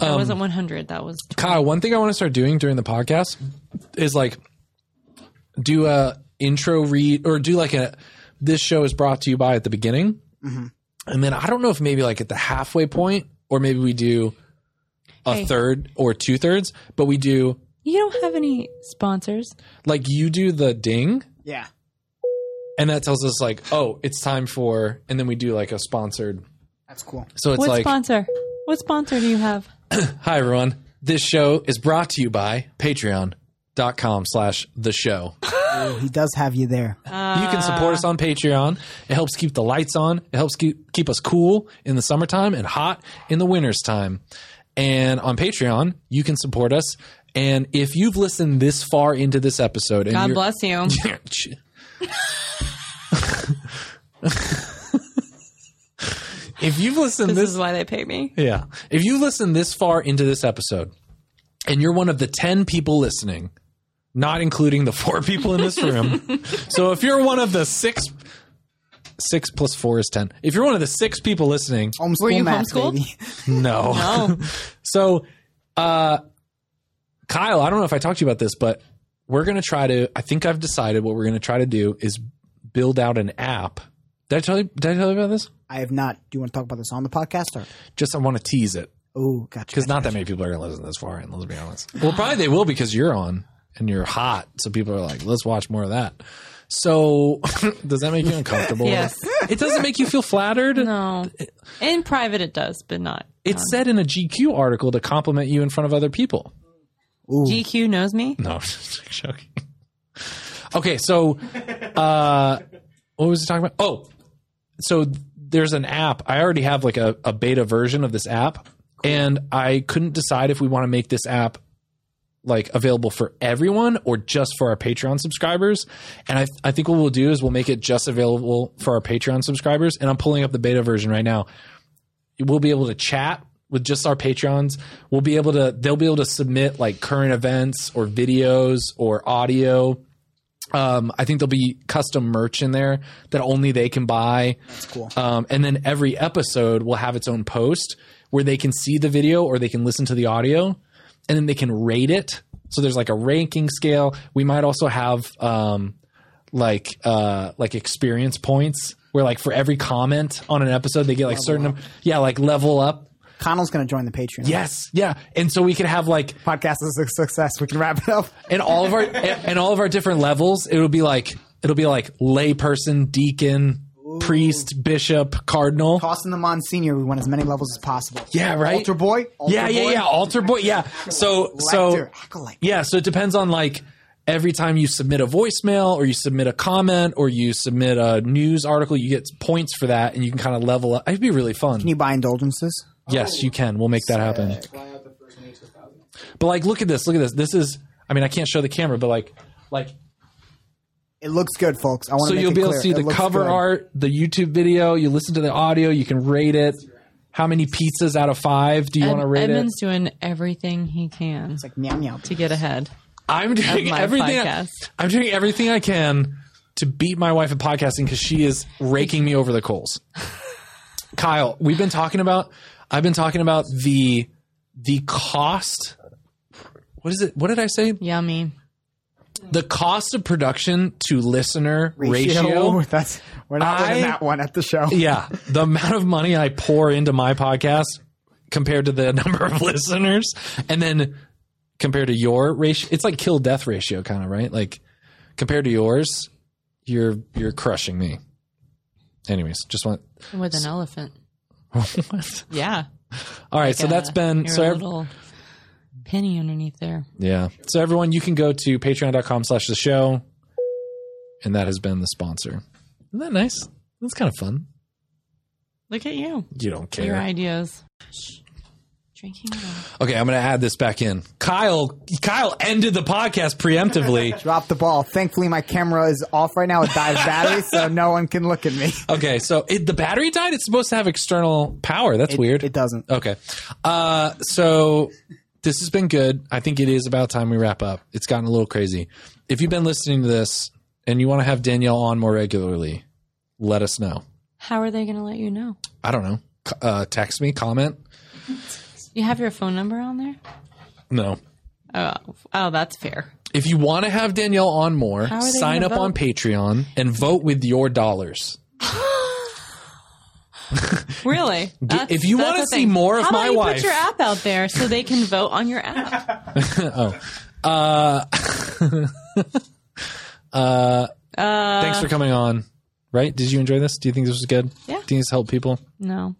Speaker 6: Um,
Speaker 3: that wasn't 100. That was
Speaker 6: Kyle, one thing I want to start doing during the podcast is like do a intro read or do like a this show is brought to you by at the beginning, and then I don't know if maybe like at the halfway point or maybe we do a
Speaker 3: Hey.
Speaker 6: third or two thirds, but we do
Speaker 3: You don't have any sponsors.
Speaker 6: like you do the ding.
Speaker 5: Yeah.
Speaker 6: And that tells us like, oh, it's time for, and then we do like a sponsored.
Speaker 5: That's cool.
Speaker 6: So it's
Speaker 3: what
Speaker 6: like,
Speaker 3: sponsor? What sponsor do you have?
Speaker 6: Hi, everyone. This show is brought to you by patreon.com slash the show.
Speaker 5: He does have you there.
Speaker 6: you can support us on
Speaker 3: Uh,
Speaker 6: Patreon. It helps keep the lights on. It helps keep, keep us cool in the summertime and hot in the winter's time. And on Patreon, you can support us. And if you've listened this far into this episode, and
Speaker 3: God
Speaker 6: you're- [LAUGHS]
Speaker 3: bless you. [LAUGHS]
Speaker 6: if you've listened
Speaker 3: This
Speaker 6: this
Speaker 3: is why they pay
Speaker 6: [LAUGHS]
Speaker 3: me.
Speaker 6: Yeah. If you listen this far into this episode and you're one of the 10 people listening, not including the four people in this room. so if you're one of the six, six plus four is 10. If you're one of the six people listening,
Speaker 5: Homeschool
Speaker 3: Were you
Speaker 5: math,
Speaker 3: homeschooled?
Speaker 5: baby.
Speaker 6: no.
Speaker 3: Oh,
Speaker 6: [LAUGHS] So, uh, Kyle, I don't know if I talked to you about this, but we're going to try to, I think I've decided what we're going to try to do is build out an app. Did I tell you, did I tell you about this?
Speaker 5: I have not. Do you want to talk about this on the podcast or?
Speaker 6: Just, I want to tease it.
Speaker 5: Oh, gotcha.
Speaker 6: Because not that many people are going to listen this far in, let's be honest. Well, probably they will because you're on and you're hot. So people are like, let's watch more of that. So [LAUGHS] does that make you uncomfortable?
Speaker 3: Yes.
Speaker 6: It doesn't make you feel flattered.
Speaker 3: no. In private, it does, but not. um,
Speaker 6: It's said in a GQ article to compliment you in front of other people.
Speaker 3: GQ knows me.
Speaker 6: [LAUGHS] No, I'm just joking. Okay, so uh, what was he talking about? Oh, so there's an app. I already have like a, a beta version of this app, and I couldn't decide if we want to make this app like available for everyone or just for our Patreon subscribers. And I, I think what we'll do is we'll make it just available for our Patreon subscribers. And I'm pulling up the beta version right now. We'll be able to chat with just our Patreons. We'll be able to, they'll be able to submit like current events or videos or audio. Um, I think there'll be custom merch in there that only they can buy. That's
Speaker 5: cool.
Speaker 6: Um, and then every episode will have its own post where they can see the video or they can listen to the audio and then they can rate it. So there's like a ranking scale. We might also have um, like uh, like experience points where like for every comment on an episode they get like certain num- yeah like level up.
Speaker 5: Connell's going to join the Patreon.
Speaker 6: Yes, yeah, and so we could have like
Speaker 5: Podcast is a success. We can wrap it up.
Speaker 6: and all of our and all of our different levels it'll be like it'll be like layperson deacon priest bishop cardinal
Speaker 5: Tossing the Monsignor. We want as many levels as possible.
Speaker 6: yeah right
Speaker 5: Altar boy. Altar
Speaker 6: yeah yeah
Speaker 5: boy,
Speaker 6: yeah altar boy yeah so so
Speaker 5: Lector. Acolyte.
Speaker 6: yeah so it depends on like every time you submit a voicemail or you submit a comment or you submit a news article you get points for that and you can kind of level up it'd be really fun
Speaker 5: Can you buy indulgences?
Speaker 6: Yes, you can. We'll make that happen. But like, look at this. Look at this. This is. I mean, I can't show the camera, but like, like.
Speaker 5: It looks good, folks. I want
Speaker 6: So
Speaker 5: make
Speaker 6: you'll
Speaker 5: it
Speaker 6: be able to
Speaker 5: clear.
Speaker 6: see
Speaker 5: It
Speaker 6: the
Speaker 5: looks
Speaker 6: cover
Speaker 5: good.
Speaker 6: art, the YouTube video. You listen to the audio. You can rate it. How many pizzas out of five do you want to
Speaker 3: Ed-
Speaker 6: rate
Speaker 3: Edmund's
Speaker 6: it?
Speaker 3: doing everything he can
Speaker 5: It's like meow meow.
Speaker 3: to get ahead.
Speaker 6: I'm doing
Speaker 3: my
Speaker 6: everything. I,
Speaker 3: podcast.
Speaker 6: I'm doing everything I can to beat my wife at podcasting because she is raking me over
Speaker 3: [LAUGHS]
Speaker 6: the coals. Kyle, we've been talking about. I've been talking about the the cost. What is it? What did I say?
Speaker 3: Yummy.
Speaker 6: the cost of production to listener [LAUGHS] ratio.
Speaker 5: [LAUGHS] That's we're not
Speaker 6: I-
Speaker 5: winning that one at the show.
Speaker 6: Yeah, the amount of money I pour into my podcast compared to the [LAUGHS] number of listeners, and then compared to your ratio, it's like kill death ratio, kind of right. Like compared to yours, you're you're crushing me. Anyways, just want [LAUGHS]
Speaker 3: With an elephant.
Speaker 6: what?
Speaker 3: Yeah.
Speaker 6: All right, so
Speaker 3: Yeah,
Speaker 6: that's been
Speaker 3: uh, you're
Speaker 6: so.
Speaker 3: a
Speaker 6: ev-
Speaker 3: little penny underneath there.
Speaker 6: yeah, so everyone, you can go to Patreon.com/slash the show, and that has been the sponsor. Isn't that nice? That's kind of fun.
Speaker 3: Look at you.
Speaker 6: You don't care.
Speaker 3: Your ideas. Drinking.
Speaker 6: Okay, I'm going to add this back in. Kyle, Kyle ended the podcast preemptively.
Speaker 5: Drop the ball. Thankfully, my camera is off right now with died battery, so no one can look at me.
Speaker 6: Okay, so it, the battery died. It's supposed to have external power. That's
Speaker 5: It-
Speaker 6: weird.
Speaker 5: It doesn't.
Speaker 6: okay, uh, so this has been good. I think it is about time we wrap up. It's gotten a little crazy. If you've been listening to this and you want to have Danielle on more regularly, let us know.
Speaker 3: How are they going to let you know?
Speaker 6: I don't know. C- Uh, text me, comment.
Speaker 3: You have your phone number on there?
Speaker 6: No.
Speaker 3: Oh, oh that's fair.
Speaker 6: If you want to have Danielle on more,
Speaker 3: How are they
Speaker 6: sign up
Speaker 3: gonna
Speaker 6: on
Speaker 3: vote?
Speaker 6: Patreon and vote with your dollars.
Speaker 3: Really? That's-
Speaker 6: if you
Speaker 3: that's
Speaker 6: wanna
Speaker 3: a
Speaker 6: see
Speaker 3: thing.
Speaker 6: more of
Speaker 3: How about
Speaker 6: my
Speaker 3: you
Speaker 6: wife?
Speaker 3: put your app out there so they can vote on your app.
Speaker 6: Uh,
Speaker 3: Uh,
Speaker 6: thanks for coming on. Right? Did you enjoy this? Do you think this was good?
Speaker 3: Yeah.
Speaker 6: Do you think this helped people?
Speaker 3: no.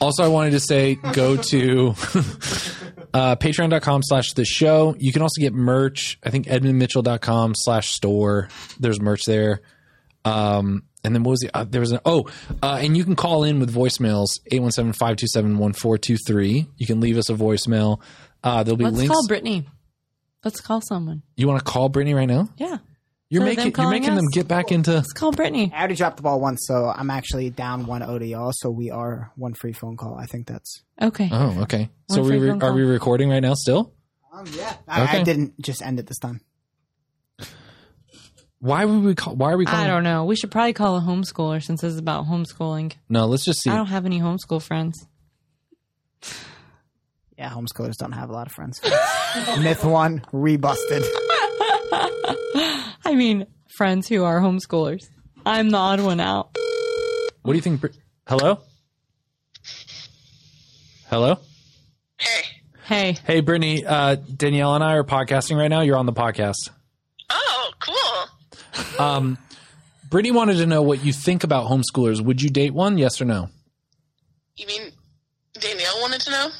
Speaker 6: Also, I wanted to say go to [LAUGHS] uh, patreon.com slash the show. You can also get merch. I think edmundmitchell.com slash store. There's merch there. Um, and then what was the, uh, there was an, oh, uh, and you can call in with voicemails 817 527 1423. You can leave us a voicemail. Uh, there'll be
Speaker 3: Let's
Speaker 6: links.
Speaker 3: call Brittany. Let's call someone.
Speaker 6: you want to call Brittany right now?
Speaker 3: Yeah.
Speaker 6: You're
Speaker 3: No, them
Speaker 6: making, you're
Speaker 3: calling
Speaker 6: making
Speaker 3: us.
Speaker 6: them get back into.
Speaker 3: Let's call Brittany.
Speaker 5: I already dropped the ball once, so I'm actually down one O to y'all. So we are one free phone call. I think that's.
Speaker 3: Okay.
Speaker 6: Oh, okay.
Speaker 3: One
Speaker 6: So
Speaker 3: free
Speaker 6: we re-
Speaker 3: phone
Speaker 6: are
Speaker 3: call.
Speaker 6: we recording right now still?
Speaker 5: Um, yeah, I,
Speaker 6: Okay.
Speaker 5: I didn't just end it this time.
Speaker 6: Why would we call? Why are we calling?
Speaker 3: I don't know. We should probably call a homeschooler since this is about homeschooling.
Speaker 6: No, let's just see.
Speaker 3: I don't have any homeschool friends.
Speaker 5: Yeah, homeschoolers don't have a lot of friends. [LAUGHS] Myth one rebusted.
Speaker 3: I mean, friends who are homeschoolers. I'm the odd one out.
Speaker 6: What do you think? Br- Hello? Hello?
Speaker 8: Hey.
Speaker 3: Hey,
Speaker 6: Hey, Brittany, uh, Danielle and I are podcasting right now. You're on the podcast. Um,
Speaker 8: Oh, cool.
Speaker 6: Brittany wanted to know what you think about homeschoolers. Would you date one? Yes or no?
Speaker 8: You mean Danielle wanted to know?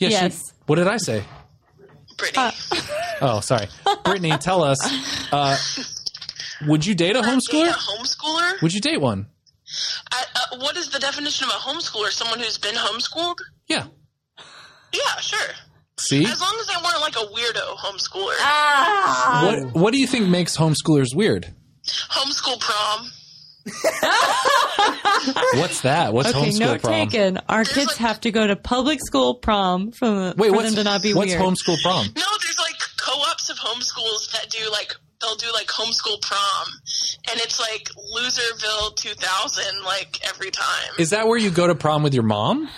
Speaker 6: she-
Speaker 3: Yes.
Speaker 6: what did I say?
Speaker 8: Brittany.
Speaker 3: Uh, [LAUGHS]
Speaker 6: Oh, sorry. Brittany, tell us. Uh, would you date a
Speaker 8: Date
Speaker 6: homeschooler?
Speaker 8: a homeschooler?
Speaker 6: Would you date one?
Speaker 8: I, uh, what is the definition of a homeschooler? Someone who's been homeschooled?
Speaker 6: Yeah.
Speaker 8: Yeah, sure.
Speaker 6: See?
Speaker 8: As long as they weren't like a weirdo homeschooler.
Speaker 3: Uh,
Speaker 6: What What do you think makes homeschoolers weird?
Speaker 8: Homeschool prom.
Speaker 6: What's that? What's
Speaker 3: okay,
Speaker 6: homeschool
Speaker 3: note
Speaker 6: prom?
Speaker 3: taken. Our kids
Speaker 8: like-
Speaker 3: have to go to public school prom for,
Speaker 6: Wait,
Speaker 3: for
Speaker 6: what's
Speaker 3: them to not be
Speaker 6: what's
Speaker 3: weird.
Speaker 6: homeschool
Speaker 3: [LAUGHS]
Speaker 6: prom?
Speaker 8: No, there's like co-ops of homeschools that do like they'll do like homeschool prom, and it's like Loserville 2000 like every time.
Speaker 6: Is that where you go to prom with your mom?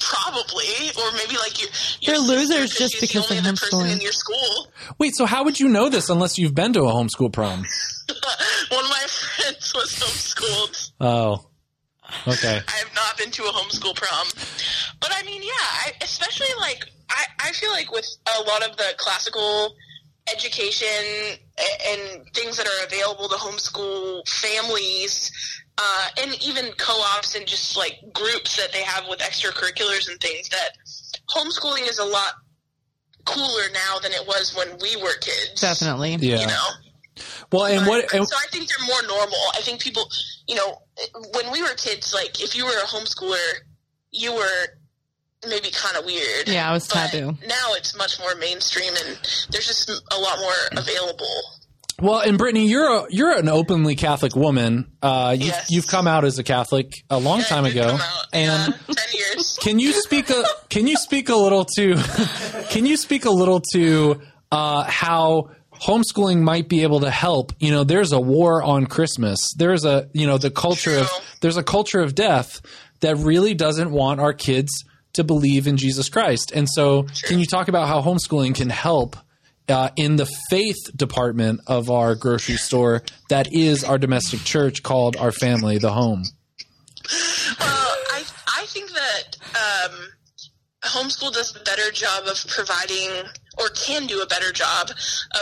Speaker 8: Probably, or maybe like your, your sister,
Speaker 3: They're losers
Speaker 8: 'cause
Speaker 3: just
Speaker 8: she's
Speaker 3: because
Speaker 8: the only
Speaker 3: they're
Speaker 8: other person
Speaker 3: homeschooling.
Speaker 8: in your school.
Speaker 6: Wait, so how would you know this unless you've been to a homeschool prom?
Speaker 8: [LAUGHS] One of my friends was homeschooled.
Speaker 6: Oh. Okay.
Speaker 8: I have not been to a homeschool prom, but I mean, yeah, I, especially like I, I feel like with a lot of the classical education a- and things that are available to homeschool families, uh, and even co-ops and just like groups that they have with extracurriculars and things, that homeschooling is a lot cooler now than it was when we were kids.
Speaker 3: Definitely.
Speaker 6: Yeah.
Speaker 8: You know.
Speaker 6: Well, and
Speaker 8: But-
Speaker 6: what and,
Speaker 8: so I think they're more normal. I think people, you know, when we were kids, like if you were a homeschooler, you were maybe kind of weird.
Speaker 3: Yeah, I was
Speaker 8: But
Speaker 3: taboo.
Speaker 8: Now it's much more mainstream, and there's just a lot more available.
Speaker 6: well, and Brittany, you're a, you're an openly Catholic woman. Uh, you,
Speaker 8: Yes.
Speaker 6: you've come out as a Catholic a long
Speaker 8: Yeah,
Speaker 6: time
Speaker 8: it did
Speaker 6: ago,
Speaker 8: come out,
Speaker 6: and
Speaker 8: yeah, ten years.
Speaker 6: can you speak a can you speak a little to [LAUGHS] can you speak a little to uh, how homeschooling might be able to help you know there's a war on christmas there's a you know the culture of
Speaker 8: True.
Speaker 6: there's a culture of death that really doesn't want our kids to believe in jesus christ and so can you talk about how homeschooling can help uh, in the faith department of our grocery store that is our domestic church called our family the home
Speaker 8: Well, I I think that um, homeschool does a better job of providing, or can do a better job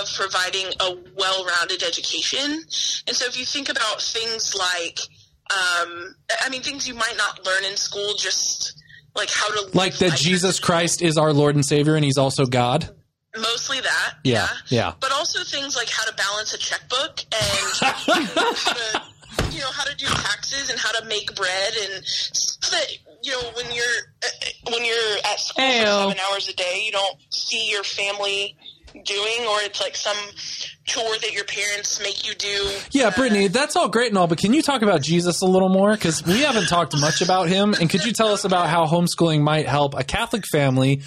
Speaker 8: of providing a well-rounded education. And so, if you think about things like, um, I mean, things you might not learn in school, just like how to live
Speaker 6: like that
Speaker 8: life.
Speaker 6: jesus christ is our lord and savior and he's also god
Speaker 8: mostly that,
Speaker 6: Yeah, yeah.
Speaker 8: but also things like how to balance a checkbook and how to you know how to do taxes and how to make bread and so that you know when you're uh, when you're at school
Speaker 3: Ew.
Speaker 8: for seven hours a day you don't see your family doing or it's like some chore that your parents make you do
Speaker 6: Yeah, Brittany, that's all great and all, but can you talk about Jesus a little more? Because we haven't talked much about him. And could you tell us about how homeschooling might help a Catholic family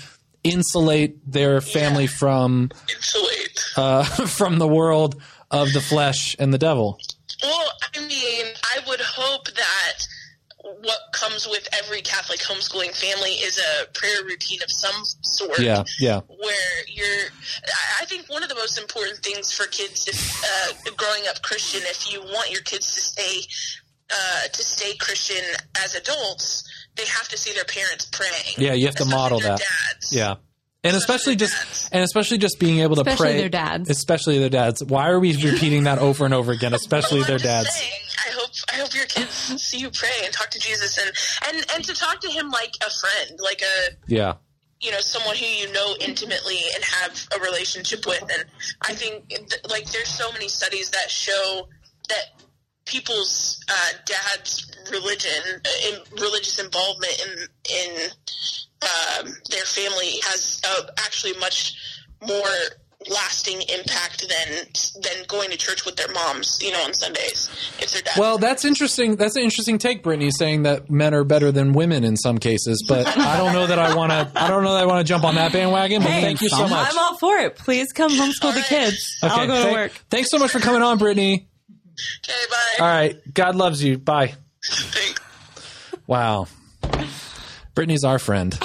Speaker 6: insulate their family from
Speaker 8: Insulate.
Speaker 6: uh, [LAUGHS] from the world of the flesh and the devil.
Speaker 8: Well, I mean, I would hope that what comes with every Catholic homeschooling family is a prayer routine of some sort.
Speaker 6: Yeah, yeah.
Speaker 8: where you're I- i think one of the most important things for kids if uh, growing up christian if you want your kids to stay uh, to stay christian as adults they have to see their parents praying
Speaker 6: Yeah, you have to
Speaker 8: especially
Speaker 6: model
Speaker 8: their
Speaker 6: that.
Speaker 8: dads.
Speaker 6: Yeah. And especially just and especially just being able to
Speaker 3: Especially
Speaker 6: pray
Speaker 3: their dads.
Speaker 6: Especially their dads. Why are we repeating that over and over again?
Speaker 8: [LAUGHS]
Speaker 6: Especially
Speaker 8: Well, I'm
Speaker 6: their
Speaker 8: just
Speaker 6: dads.
Speaker 8: saying, I hope I hope your kids see you pray and talk to Jesus and, and and to talk to him like a friend, like a
Speaker 6: Yeah.
Speaker 8: you know someone who you know intimately and have a relationship with and i think th- like there's so many studies that show that people's uh, dad's religion uh, in, religious involvement in in um, their family has uh, actually much more lasting impact than than going to church with their moms you know on sundays if their dad
Speaker 6: Well, that's interesting. That's an interesting take, Brittany, saying that men are better than women in some cases. But I don't know that I want to. I don't know that I want to jump on that bandwagon. But thank you so much.
Speaker 3: I'm all for it. Please come homeschool the
Speaker 8: right.
Speaker 3: kids. I'll go to
Speaker 6: thank-
Speaker 3: work.
Speaker 6: Thanks so much for coming on, Brittany.
Speaker 8: okay bye
Speaker 6: All right. God loves you. Bye.
Speaker 8: Thanks.
Speaker 6: Wow. Brittany's our friend.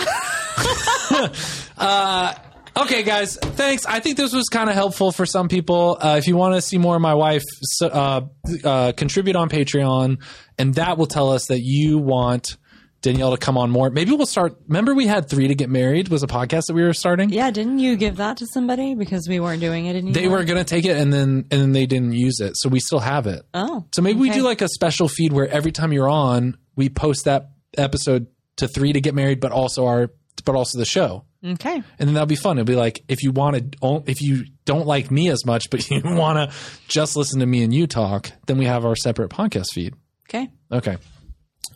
Speaker 6: [LAUGHS] uh, okay, guys. Thanks. I think this was kind of helpful for some people. Uh, if you want to see more of my wife, so, uh, uh, contribute on Patreon, and that will tell us that you want Danielle to come on more. Maybe we'll start. Remember, we had Three to Get Married was a podcast that we were starting?
Speaker 3: Yeah, didn't you give that to somebody because we weren't doing it anymore?
Speaker 6: They were going to take it, and then and then they didn't use it. So we still have it.
Speaker 3: Oh,
Speaker 6: So maybe we
Speaker 3: Okay.
Speaker 6: do like a special feed where every time you're on, we post that episode to three to get married, but also our but also the show,
Speaker 3: okay.
Speaker 6: and then that'll be fun. It'll be like if you want to, if you don't like me as much, but [LAUGHS] you want to just listen to me and you talk, then we have our separate podcast feed.
Speaker 3: Okay.
Speaker 6: Okay.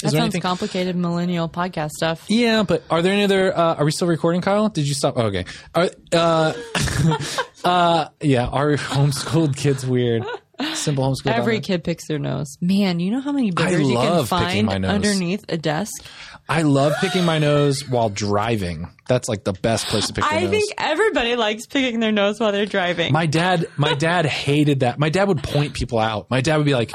Speaker 6: Is
Speaker 3: That sounds complicated millennial podcast stuff.
Speaker 6: yeah, but are there any other? Uh, are we still recording, Kyle? Did you stop? Oh, okay. Are, uh, [LAUGHS] uh, yeah. Are [LAUGHS] homeschooled kids weird? Simple homeschool.
Speaker 3: Every kid picks their nose. Man, you know how many bitters you can
Speaker 6: love picking
Speaker 3: find
Speaker 6: my nose.
Speaker 3: underneath a desk?
Speaker 6: I love picking my nose while driving. That's like the best place to pick your
Speaker 3: I
Speaker 6: nose.
Speaker 3: think everybody likes picking their nose while they're driving.
Speaker 6: my dad, my dad hated that. My dad would point people out. My dad would be like,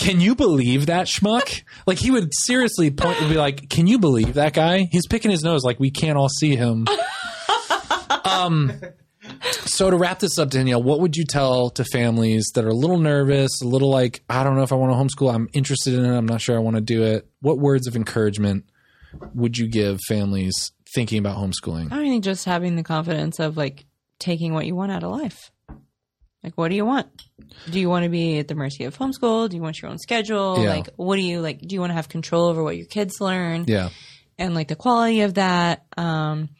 Speaker 6: "Can you believe that schmuck?" Like he would seriously point and be like, "Can you believe that guy? He's picking his nose. Like we can't all see him." Um. So to wrap this up, Danielle, what would you tell to families that are a little nervous, a little like, I don't know if I want to homeschool. I'm interested in it. I'm not sure I want to do it. What words of encouragement would you give families thinking about homeschooling?
Speaker 3: I think just having the confidence of like taking what you want out of life. Like, what do you want? Do you want to be at the mercy of homeschool? Do you want your own schedule?
Speaker 6: Yeah.
Speaker 3: Like, what do you like? Do you want to have control over what your kids learn
Speaker 6: Yeah.
Speaker 3: and like the quality of that? Um,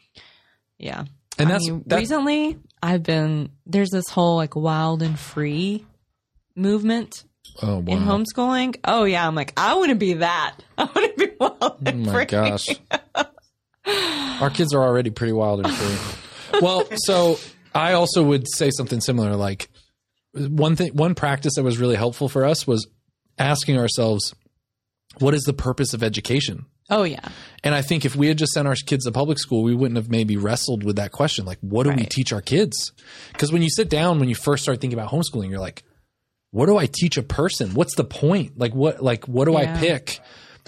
Speaker 3: yeah.
Speaker 6: And
Speaker 3: I
Speaker 6: that's,
Speaker 3: mean,
Speaker 6: that's
Speaker 3: recently I've been there's this whole like wild and free movement
Speaker 6: oh, wow.
Speaker 3: in homeschooling. Oh yeah, I'm like I want to be that. [LAUGHS] I want to be wild [LAUGHS]
Speaker 6: Oh
Speaker 3: and
Speaker 6: my
Speaker 3: free.
Speaker 6: gosh. Our kids are already pretty wild and free. well, so I also would say something similar. Like one thing, one practice that was really helpful for us was asking ourselves, what is the purpose of education?
Speaker 3: Oh yeah.
Speaker 6: And I think if we had just sent our kids to public school, we wouldn't have maybe wrestled with that question. Like, what do we
Speaker 3: Right.
Speaker 6: teach our kids? Because when you sit down, when you first start thinking about homeschooling, you're like, what do I teach a person? What's the point? Like, what, like, what do I
Speaker 3: Yeah.
Speaker 6: pick?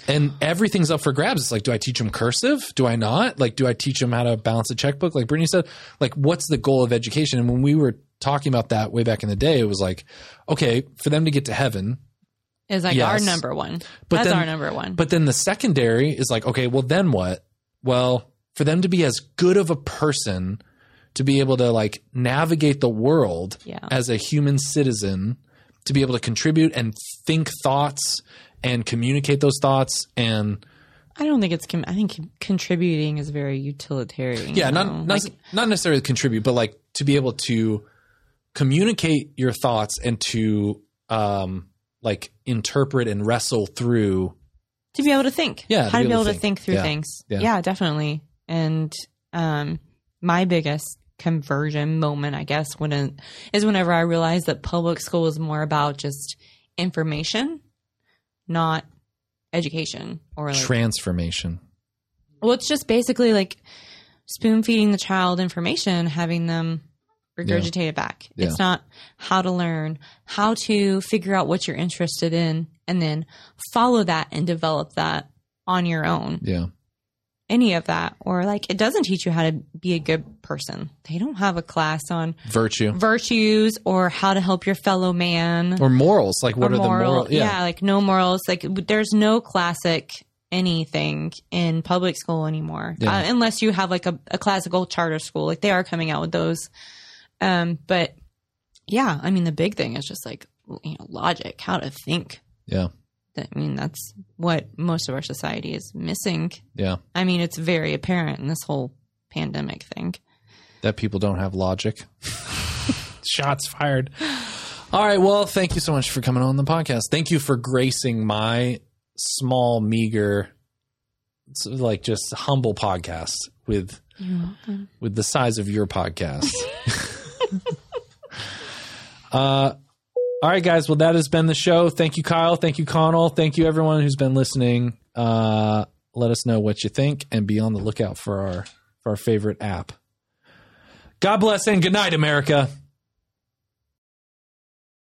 Speaker 6: And everything's up for grabs. It's like, do I teach them cursive? Do I not? Like, do I teach them how to balance a checkbook? Like Brittany said, like, what's the goal of education? And when we were talking about that way back in the day, it was like, okay, for them to get to heaven,
Speaker 3: Is like our
Speaker 6: Yes.
Speaker 3: number one.
Speaker 6: But
Speaker 3: That's
Speaker 6: then-
Speaker 3: our number one.
Speaker 6: but then the secondary is like, okay, well, then what? Well, for them to be as good of a person to be able to like navigate the world
Speaker 3: Yeah.
Speaker 6: as a human citizen, to be able to contribute and think thoughts and communicate those thoughts and
Speaker 3: I don't think it's. Com- I think contributing is very utilitarian.
Speaker 6: yeah,
Speaker 3: you
Speaker 6: not
Speaker 3: know?
Speaker 6: not,
Speaker 3: like,
Speaker 6: not necessarily contribute, but like to be able to communicate your thoughts and to um like interpret and wrestle through
Speaker 3: to be able to think.
Speaker 6: Yeah,
Speaker 3: how to be able to think, through
Speaker 6: Yeah.
Speaker 3: things.
Speaker 6: Yeah.
Speaker 3: Yeah. definitely. And um, my biggest conversion moment, I guess, when it, is whenever I realized that public school was more about just information, not education or like
Speaker 6: transformation.
Speaker 3: Well, it's just basically like spoon feeding the child information, having them regurgitate it back.
Speaker 6: Yeah.
Speaker 3: It's not how to learn, how to figure out what you're interested in, and then follow that and develop that on your own.
Speaker 6: Yeah.
Speaker 3: Any of that, or like it doesn't teach you how to be a good person. They don't have a class on
Speaker 6: Virtue
Speaker 3: virtues or how to help your fellow man
Speaker 6: or morals. Like what
Speaker 3: or
Speaker 6: are the moral?
Speaker 3: yeah. like no morals. Like w- there's no classic anything in public school anymore,
Speaker 6: Yeah.
Speaker 3: uh, unless you have like a, a classical charter school. Like they are coming out with those. Um, but yeah, I mean the big thing is just like you know logic, how to think.
Speaker 6: Yeah.
Speaker 3: I mean that's what most of our society is missing.
Speaker 6: Yeah.
Speaker 3: I mean it's very apparent in this whole pandemic thing.
Speaker 6: that people don't have logic. [LAUGHS] Shots fired. All right. Well, thank you so much for coming on the podcast. Thank you for gracing my small, meager, s- like just humble podcast with with the size of your podcast. [LAUGHS] uh, all right, guys. Well, that has been the show. Thank you, Kyle. Thank you, Connell. Thank you, everyone who's been listening. Uh, let us know what you think, and be on the lookout for our for our favorite app. God bless and good night, America.